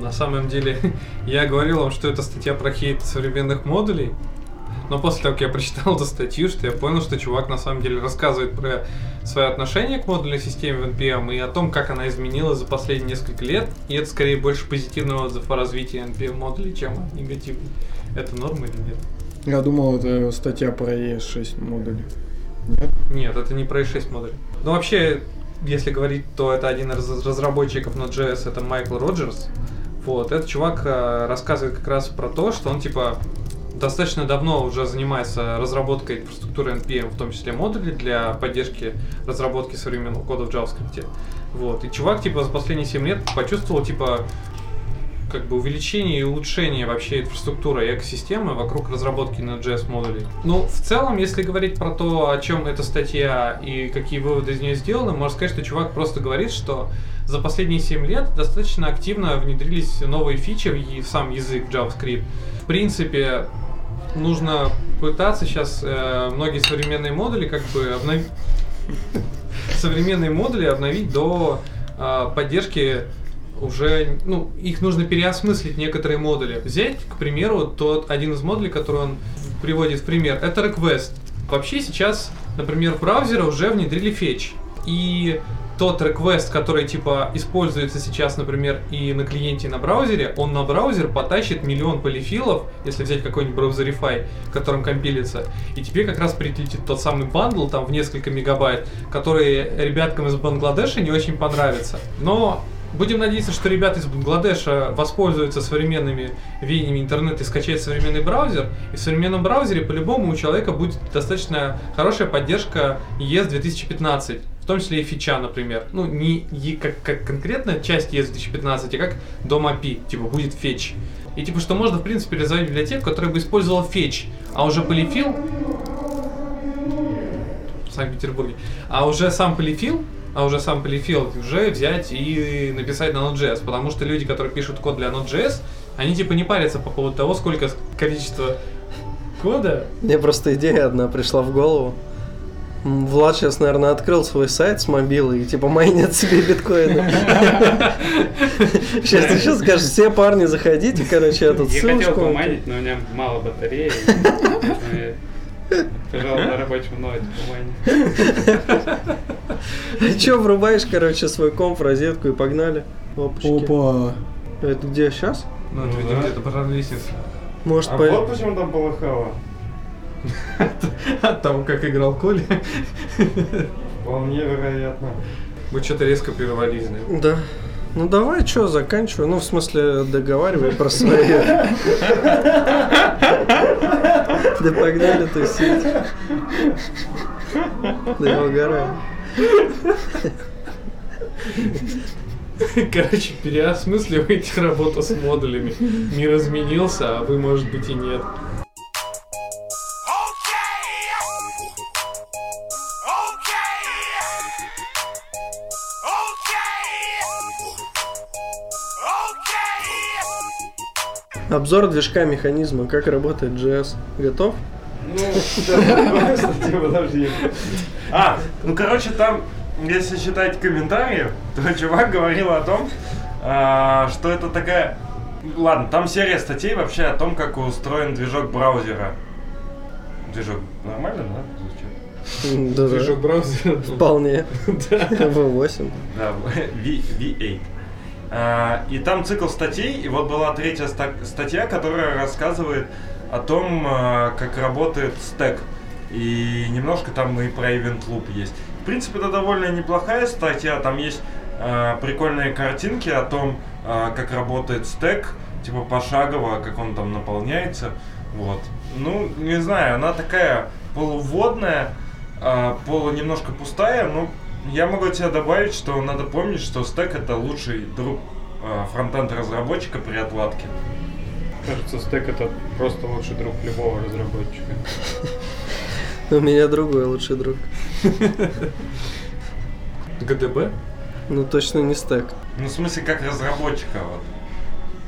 На самом деле, я говорил вам, что это статья про хейт современных модулей, но после того, как я прочитал эту статью, что я понял, что чувак на самом деле рассказывает про свое отношение к модульной системе в NPM и о том, как она изменилась за последние несколько лет, и это скорее больше позитивный отзыв о развитии NPM модулей, чем негативный. Это норма или нет? Я думал, это статья про E ES6 модули. Нет, это не про i6 модуль. Ну вообще, если говорить, то это один из раз- разработчиков Node.js, это Майкл Роджерс. Вот, этот чувак э, рассказывает как раз про то, что он типа достаточно давно уже занимается разработкой инфраструктуры NPM, в том числе модулей для поддержки разработки современного кода в JavaScript. Вот, и чувак типа за последние 7 лет почувствовал типа как бы увеличение и улучшение вообще инфраструктуры и экосистемы вокруг разработки Node.js модулей. Ну, в целом, если говорить про то, о чем эта статья и какие выводы из нее сделаны, можно сказать, что чувак просто говорит, что за последние 7 лет достаточно активно внедрились новые фичи в и- в сам язык JavaScript. В принципе, нужно пытаться сейчас э, многие современные модули как бы обновить современные модули обновить до э, поддержки уже, ну, их нужно переосмыслить некоторые модули. Взять, к примеру, тот один из модулей, который он в- приводит в пример, это request. Вообще сейчас, например, в браузере уже внедрили фетч. И тот request, который типа используется сейчас, например, и на клиенте, и на браузере, он на браузер потащит миллион полифилов, если взять какой-нибудь браузерифай, в котором компилится, и тебе как раз прилетит тот самый бандл там в несколько мегабайт, который ребяткам из Бангладеша не очень понравится. Но Будем надеяться, что ребята из Бангладеша воспользуются современными веяниями интернета и скачают современный браузер. И в современном браузере по-любому у человека будет достаточно хорошая поддержка E ES 2015, в том числе и фича, например. Ну, не и как, как конкретно часть ES 2015, а как дом API, типа будет фетч. И типа, что можно, в принципе, реализовать библиотеку, которая бы использовала фетч, а уже полифил в Санкт-Петербурге. А уже сам полифил, а уже сам полифил уже взять и написать на Node.js, потому что люди, которые пишут код для Node.js, они типа не парятся по поводу того, сколько с- количество кода. Мне просто идея одна пришла в голову. М, Влад сейчас, наверное, открыл свой сайт с мобилы и типа майнит себе биткоины. Сейчас ты сейчас скажешь, все парни, заходите, короче, я тут Я хотел ссылочку. поманить, но у меня мало батареи. Пожалуй, на рабочем ноуте поманить. Че, врубаешь, короче, свой комп в розетку и погнали. Опачки. Опа. Это где сейчас? Ну, это видимо, где-то пожар лестницы. А Может, по... почему там полыхало. От того, как играл Коля, Вполне вероятно. мы что-то резко прервались. наверное. Да. Ну давай, что, заканчивай. Ну, в смысле, договаривай про свои. Да погнали тусить. Да я угораю. Короче, переосмысливайте работу с модулями. Мир изменился, а вы, может быть, и нет. Okay. Okay. Okay. Okay. Обзор движка механизма, как работает JS. Готов? А, ну короче, там, если считать комментарии, то чувак говорил о том, а, что это такая... Ладно, там серия статей вообще о том, как устроен движок браузера. Движок нормально, да? звучит? М, Да, Движок да. браузера. Вполне. V8. Да, V, V8. А, И там цикл статей, и вот была третья ста- статья, которая рассказывает о том, а, как работает стек. И немножко там и про Event Loop есть. В принципе, это довольно неплохая статья, там есть а, прикольные картинки о том, а, как работает стек, типа пошагово, как он там наполняется. Вот. Ну, не знаю, она такая полуводная, а, пола немножко пустая, но я могу от тебя добавить, что надо помнить, что стек это лучший друг а, фронтенд разработчика при отладке. Кажется, стек это просто лучший друг любого разработчика. У меня другой лучший друг. ГДБ? Ну, точно не стек. Ну, в смысле, как разработчика, вот.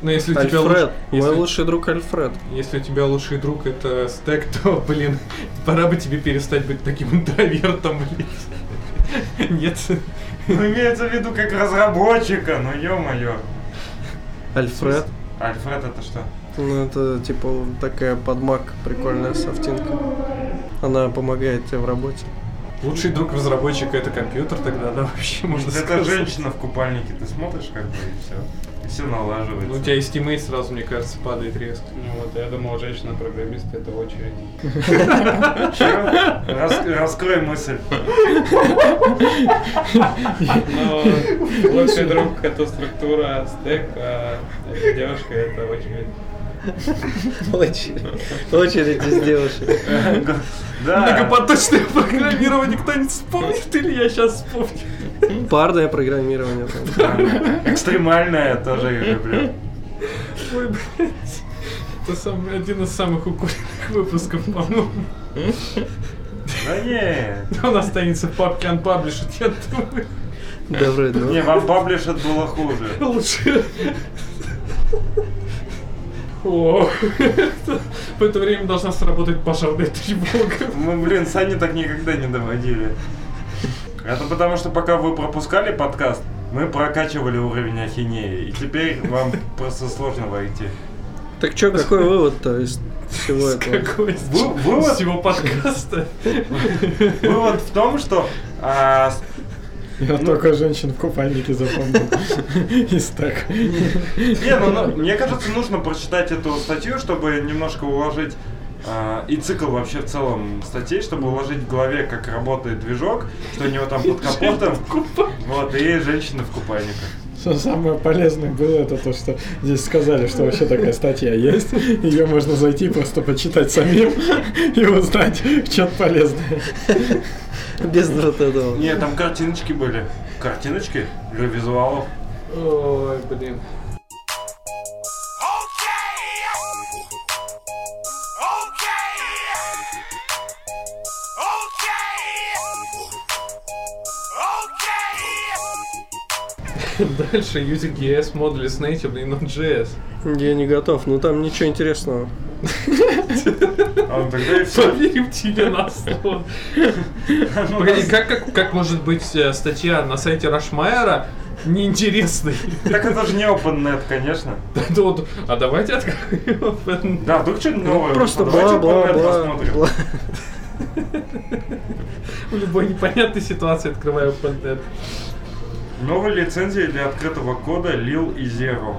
Ну, если у тебя Альфред. луч- Мой если- лучший друг Альфред. Если у тебя лучший друг это стек, то, блин, пора бы тебе перестать быть таким интровертом, блин. Нет. Ну, имеется в виду как разработчика, ну ё-моё. Альфред. Альфред это что? Ну, это типа такая подмак, прикольная софтинка. Она помогает тебе в работе. Лучший друг разработчика это компьютер тогда, да, вообще можно Это сказать. женщина в купальнике, ты смотришь как бы и все. И все налаживается. Ну, у тебя стимей сразу, мне кажется, падает резко. Ну вот, я думал, женщина-программист это очередь. Чё? Рас- Раскрой мысль. Но лучший друг это структура, стек, а эта девушка это очередь. Очередь. Очередь из девушек. Да. Многопоточное программирование кто-нибудь вспомнит или я сейчас вспомню? Парное программирование. там. Экстремальная тоже их люблю. Ой, блядь. Это самый, один из самых укуренных выпусков, по-моему. Да не. Он останется в папке Unpublished, я думаю. Доброе Не, утро. вам паблишет было хуже. Лучше. О, в это время должна сработать пожарная тревога. Мы, блин, Сани так никогда не доводили. Это потому, что пока вы пропускали подкаст, мы прокачивали уровень ахинеи. И теперь вам просто сложно войти. Так что, какой вывод-то из всего этого? Какой из Вы- вывод- всего подкаста? Вывод в том, что а, с- Я только женщин в купальнике запомнил. Из так. Не, ну, ну, мне кажется, нужно прочитать эту статью, чтобы немножко уложить а, и цикл вообще в целом статей, чтобы уложить в голове, как работает движок, что у него там под капотом, вот, и женщины в купальниках. Что самое полезное было, это то, что здесь сказали, что вообще такая статья есть. Ее можно зайти просто почитать самим и узнать что-то полезное. Без вот этого. Не, там картиночки были. Картиночки для визуалов. Ой, блин. Okay. Okay. Okay. Okay. Дальше using ES модули с native и Node.js. Я не готов, но там ничего интересного. А вот тогда и все. Поверим тебе на слово. Погоди, как, как, как может быть э, статья на сайте Рашмайера неинтересной? Так это же не OpenNet, конечно. Ну вот, А давайте откроем open. Да, вдруг что-нибудь новое. Просто Давайте OpenNet бла-бла-бла. посмотрим. В любой непонятной ситуации открываю OpenNet. Новые лицензии для открытого кода Lil и Zero.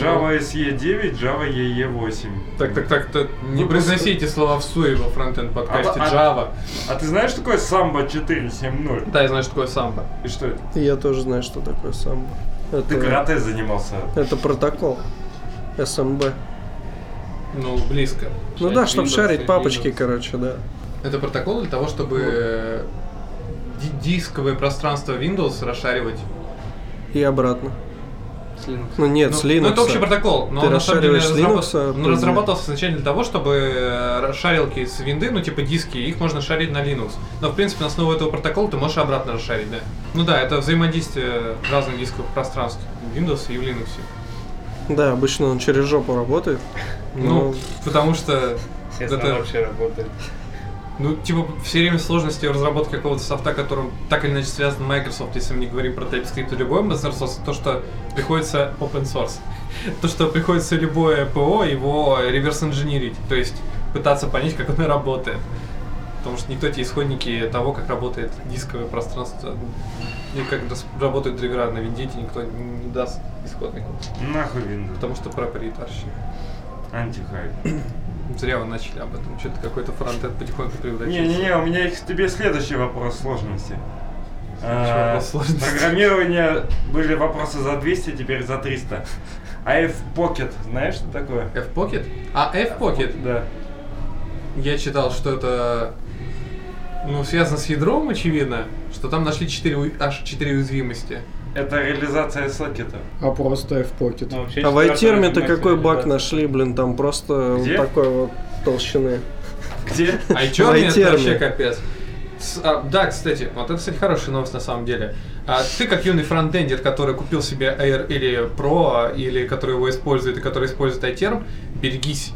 Java SE 9, Java E EE 8. Так, так, так, так, не Выпуск- произносите слова всуе во фронтенд подкасте А- а- Java. А ты знаешь, что такое Samba 470? Да, я знаю, что такое самбо. И что это? Я тоже знаю, что такое самбо. Ты Это, карате занимался. это протокол. СМБ. Ну, близко. Ну да, чтобы Windows, шарить Windows. папочки, короче, да. Это протокол для того, чтобы э, ди- дисковое пространство Windows расшаривать. И обратно. С Linux. Ну нет, Ну, с Linux. ну, это общий протокол, но Ты он на самом деле расшариваешь разработ- Linux, а он потом- разрабатывался изначально для того, чтобы э, шарилки с винды, ну типа диски, их можно шарить на Linux. Но в принципе на основу этого протокола ты можешь обратно расшарить, да. Ну да, это взаимодействие разных дисковых пространств в Windows и в Linux. Да, обычно он через жопу работает. Ну, Ну, потому что Если это- она вообще работает. Ну, типа, все время сложности в разработке какого-то софта, которым так или иначе связан Microsoft, если мы не говорим про TypeScript и любой open source, то, что приходится open source. То, что приходится любое ПО его реверс-инженерить, то есть пытаться понять, как оно работает. Потому что не то те исходники того, как работает дисковое пространство, и как рас- работают драйвера на виндите, никто не даст исходнику. Нахуй Windows. Потому что проприетарщик. Антихай. Зря вы начали об этом. Что-то какой-то фронтенд потихоньку превратился. Не-не-не, у меня их к тебе следующий вопрос сложности. А, вопрос сложности? Программирование были вопросы за 200, теперь за 300. А F-Pocket, знаешь, что такое? F-Pocket? А, F-Pocket. Да. Я читал, что это ну, связано с ядром, очевидно, что там нашли 4, у- аж 4 уязвимости. Это реализация сокета. А просто Ну, F-Pocket. Ну. а в iTerm-то какой баг нашли, блин, там просто Где? вот такой вот толщины. Где? А iTerm это iTerm. вообще капец. С- а, да, кстати, вот это, кстати, хорошая новость на самом деле. А ты как юный фронтендер, который купил себе Air или Pro, а, или который его использует, и который использует iTerm, берегись.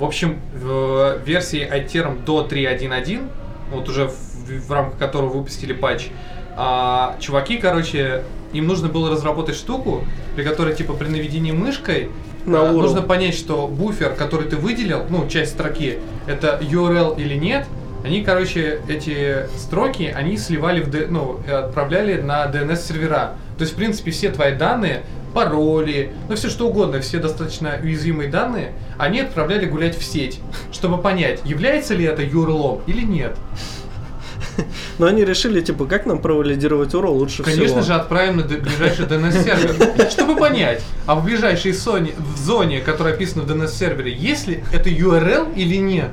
В общем, в э, версии iTerm до 3.1.1, вот уже в, в рамках которого выпустили патч, а, чуваки, короче, им нужно было разработать штуку, при которой, типа, при наведении мышкой На а, URL. нужно понять, что буфер, который ты выделил, ну, часть строки, это URL или нет, Они, короче, эти строки, они сливали в, Д- ну, э, отправляли на DNS-сервера. То есть, в принципе, все твои данные, пароли, ну все что угодно, все достаточно уязвимые данные, они отправляли гулять в сеть, чтобы понять, является ли это юрлом или нет. Но они решили, типа, как нам провалидировать URL лучше всего. Конечно же, отправим на д- ближайший DNS-сервер, чтобы понять, а в ближайшей соне- в зоне, которая описана в DNS-сервере, есть ли это URL или нет.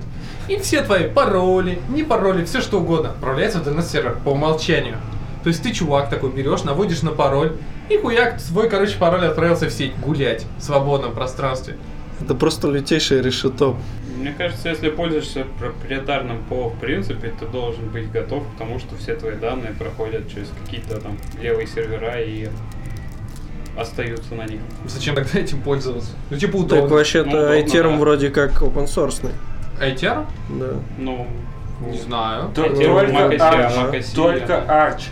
И все твои пароли, не пароли, все что угодно отправляется в DNS-сервер по умолчанию. То есть ты, чувак, такой берешь, наводишь на пароль, и хуяк, свой, короче, пароль отправился в сеть гулять в свободном пространстве. Это просто лютейшее решето. Мне кажется, если пользуешься проприетарным ПО в принципе, ты должен быть готов к тому, что все твои данные проходят через какие-то там левые сервера и остаются на них. Ну, Зачем тогда этим пользоваться? Ну, типа, удобно. Так вообще-то Ну, удобно, ITRM да. вроде как open source. ITR? Да. Ну, Не знаю. Т- Mac OS, Mac OS. только Arch.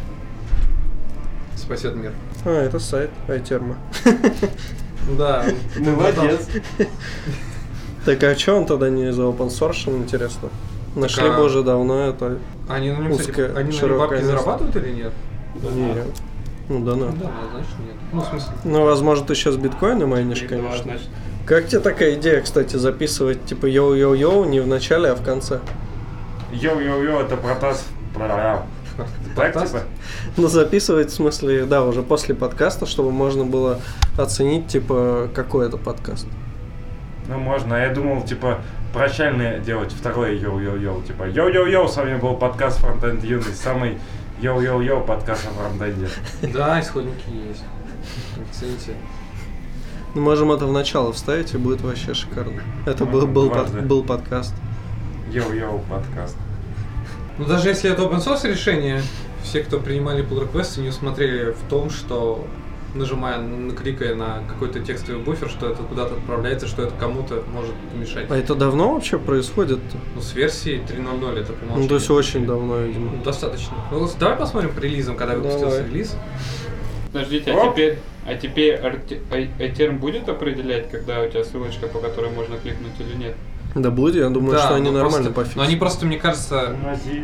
Спасет мир. А, это сайт ITRM. Да. Ну, Молодец. Так а что он тогда не за open source, интересно? Нашли а- бы уже давно это. Они на нем, кстати, Узкая, они на нем широкая бабки местность. зарабатывают или нет? Нет. Ну да Ну ну. Да, ну, значит нет. Ну, в смысле. Ну, возможно, ты сейчас биткоины майнишь, три, два, конечно. значит. Как тебе такая идея, кстати, записывать типа йоу-йоу-йоу не в начале, а в конце? Йоу-йоу-йоу, это протас. Так, Протас? типа? Ну, записывать, в смысле, да, уже после подкаста, чтобы можно было оценить, типа, какой это подкаст. Ну, можно. А Я думал, типа, прощальное делать второе йоу-йоу-йоу. Типа, йоу-йоу-йоу, с вами был подкаст Фронтенд Юный. Самый йоу-йоу-йоу подкаст о фронтенде. Да, исходники есть. Цените. Ну, Мы можем это в начало вставить, и будет вообще шикарно. Это был, был, под- Дважды. был подкаст. Йоу-йоу подкаст. Ну даже если это open source решение, все, кто принимали pull request, не усмотрели в том, что нажимая, н- кликая на какой-то текстовый буфер, что это куда-то отправляется, что это кому-то может помешать. А это давно вообще происходит? Ну, с версии 3.0.0 это по Ну, то есть умолчанию. очень давно, Ну, видимо. достаточно. Ну, с- давай посмотрим по релизам, когда выпустился Давай. релиз. Подождите, а теперь, а теперь арти- ай- iTerm будет определять, когда у тебя ссылочка, по которой можно кликнуть или нет? Да будет, я думаю, Да, что они ну, нормально просто- Но они пофиксят. просто, мне кажется,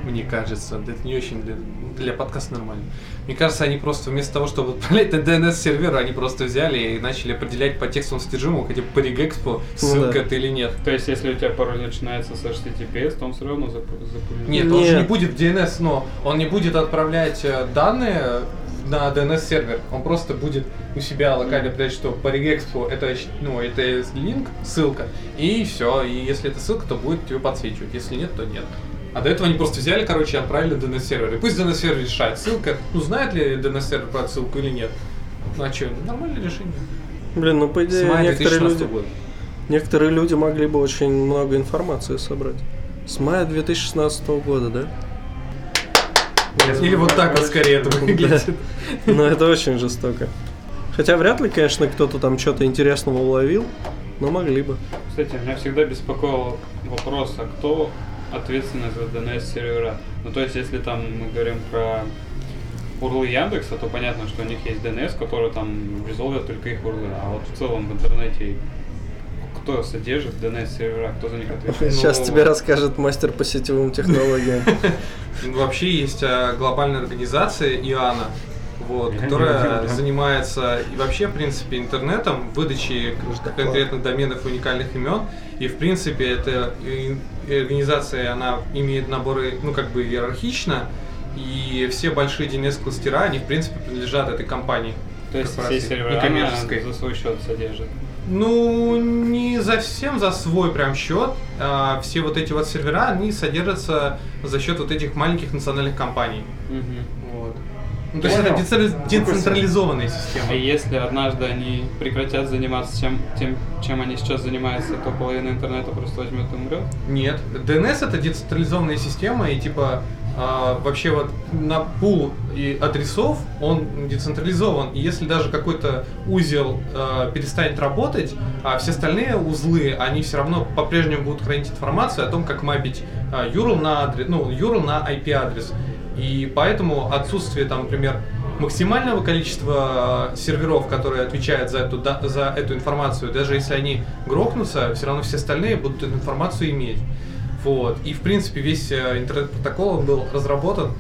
мне кажется, да это не очень для, ну, для подкаста нормально. Мне кажется, они просто вместо того, чтобы отправлять на DNS-сервер, они просто взяли и начали определять по текстовому содержимому, хотя бы по регэкспу, ссылка да. это или нет. То есть, если у тебя пароль начинается с HTTPS, то он все равно запу- запулит. Нет, он же не Нет. будет в DNS, но он не будет отправлять э, данные на DNS-сервер. Он просто будет у себя локально определять, что по регэкспу это, щ- ну, это линк, ссылка, и все. И если это ссылка, то будет тебе подсвечивать. Если нет, то нет. А до этого они просто взяли, короче, и отправили DNS-сервер. И пусть DNS-сервер решает, ссылка, ну, знает ли DNS-сервер про ссылку или нет. Ну, а что, нормальное решение. Блин, ну, по С идее, мая некоторые 2016 люди... года. Некоторые люди могли бы очень много информации собрать. С мая 2016 года, да? Или вот так вот скорее это выглядит. Но Ну, это очень жестоко. Хотя вряд ли, конечно, кто-то там что-то интересного уловил, но могли бы. Кстати, меня всегда беспокоил вопрос, а кто ответственный за DNS сервера? Ну, то есть, если там мы говорим про урлы Яндекса, то понятно, что у них есть DNS, который там резолвит только их урлы. А вот в целом в интернете кто содержит DNS сервера, кто за них отвечает? Сейчас тебе расскажет мастер по сетевым технологиям. Вообще есть э, глобальная организация ИАНА, вот, Я не которая видел, да. занимается и вообще, в принципе, интернетом, выдачей к- конкретных доменов и уникальных имен. И, в принципе, эта и- и организация, она имеет наборы, ну, как бы иерархично, и все большие DNS-кластера, они, в принципе, принадлежат этой компании. То есть, все корпорации, Ну, сервера она некоммерческой. за свой счет содержит. Ну, не за всем за свой прям счет. А, все вот эти вот сервера, они содержатся за счет вот этих маленьких национальных компаний. Мгм. Вот. Ну, то есть это децентра- децентрализованная система. И если однажды они прекратят заниматься чем, тем, чем они сейчас занимаются, то половина интернета просто возьмет и умрет? Нет, DNS это децентрализованная система, и типа а, вообще вот на пул и адресов он децентрализован. И если даже какой-то узел а, перестанет работать, а все остальные узлы, они все равно по-прежнему будут хранить информацию о том, как мапить а, URL на адрес, ну, URL на IP-адрес. И поэтому отсутствие там, например, максимального количества э, серверов, которые отвечают за эту, да- за эту информацию, даже если они грохнутся, все равно все остальные будут эту информацию иметь. Вот. И, в принципе, весь э, интернет-протокол он был разработан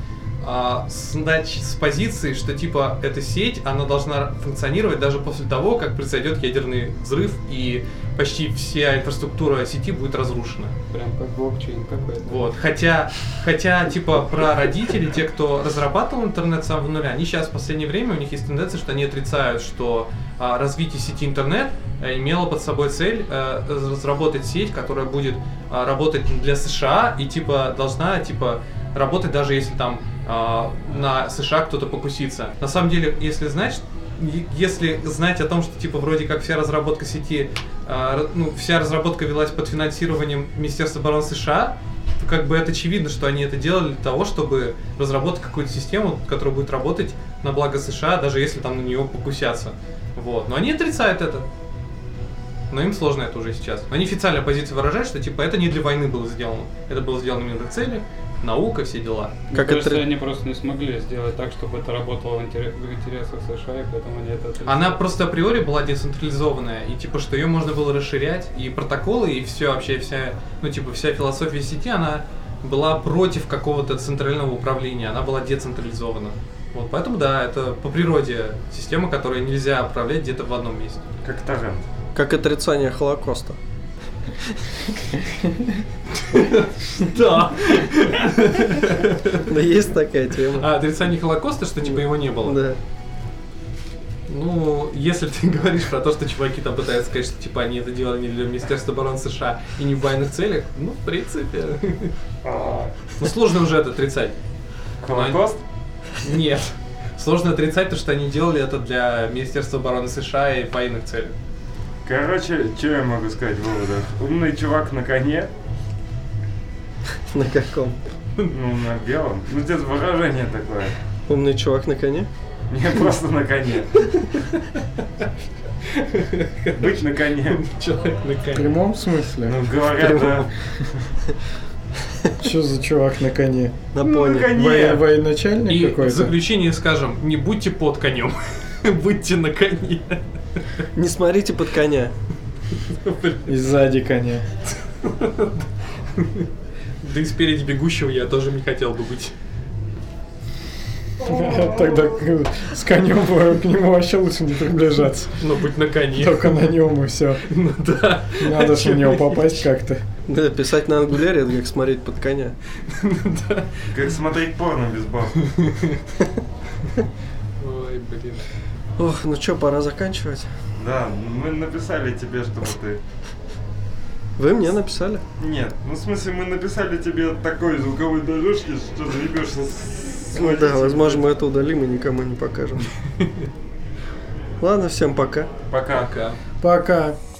а, с, нач- с позиции, что, типа, эта сеть, она должна функционировать даже после того, как произойдет ядерный взрыв, и почти вся инфраструктура сети будет разрушена. Прям как блокчейн какой-то. Вот. Хотя, хотя, типа, про родителей, те, кто разрабатывал интернет с самого нуля, они сейчас в последнее время, у них есть тенденция, что они отрицают, что а, развитие сети интернет э, имело под собой цель э, разработать сеть, которая будет а, работать для США и, типа, должна, типа, работать даже если там а, на США кто-то покусится. На самом деле, если знать, е- если знать о том, что типа вроде как вся разработка сети, а, р- ну вся разработка велась под финансированием Министерства обороны США, то как бы это очевидно, что они это делали для того, чтобы разработать какую-то систему, которая будет работать на благо США, даже если там на нее покусятся. Вот. Но они отрицают это. Но им сложно это уже сейчас. Но они официально позицию выражают, что типа это не для войны было сделано. Это было сделано именно для цели, наука, все дела. Как Мне кажется, это- они просто не смогли сделать так, чтобы это работало в, интере- в интересах США, и поэтому они это отрицают. Она просто априори была децентрализованная, и типа, что ее можно было расширять, и протоколы, и все вообще, вся, ну типа, вся философия сети, она была против какого-то центрального управления, она была децентрализована. Вот, поэтому да, это по природе система, которую нельзя управлять где-то в одном месте. Как Торрент. Как отрицание Холокоста. Да. Да Ну, есть такая тема. А отрицание Холокоста, что типа его не было. Да. Ну, если ты говоришь про то, что чуваки там пытаются сказать, что типа они это делали не для Министерства обороны США и не в военных целях, ну, в принципе. Ну, сложно уже это отрицать. Холокост? Нет. Сложно отрицать то, что они делали это для Министерства обороны США и в военных целях. Короче, что я могу сказать в выводах? Умный чувак на коне, На каком? ну, на белом. Ну, где-то выражение такое. Умный чувак на коне? Не просто на коне. Быть на коне. Человек на В коне. прямом смысле? Ну, говорят, да. Что за чувак на коне? На Ну, на пони. коне. Вое- Военачальник И в какой-то? заключение скажем, не будьте под конем. Будьте на коне. Не смотрите под коня. И сзади коня. Да и спереди бегущего я тоже не хотел бы быть. Тогда к- с конем бы к нему вообще лучше не приближаться. Но быть на коне. Только на нем и все. Ну да. Надо же в него попасть как-то. Да, писать на ангуляре, это как смотреть под коня. Да. Как смотреть порно без баб. Ой, блин. Ох, ну чё, пора заканчивать. Да, мы написали тебе, чтобы ты... Вы мне написали. Нет, ну в смысле мы написали тебе такой звуковой дорожки, что заебешься с- сводить. Да, возможно, мы это удалим и никому не покажем. Ладно, всем пока. Пока. Пока. Пока.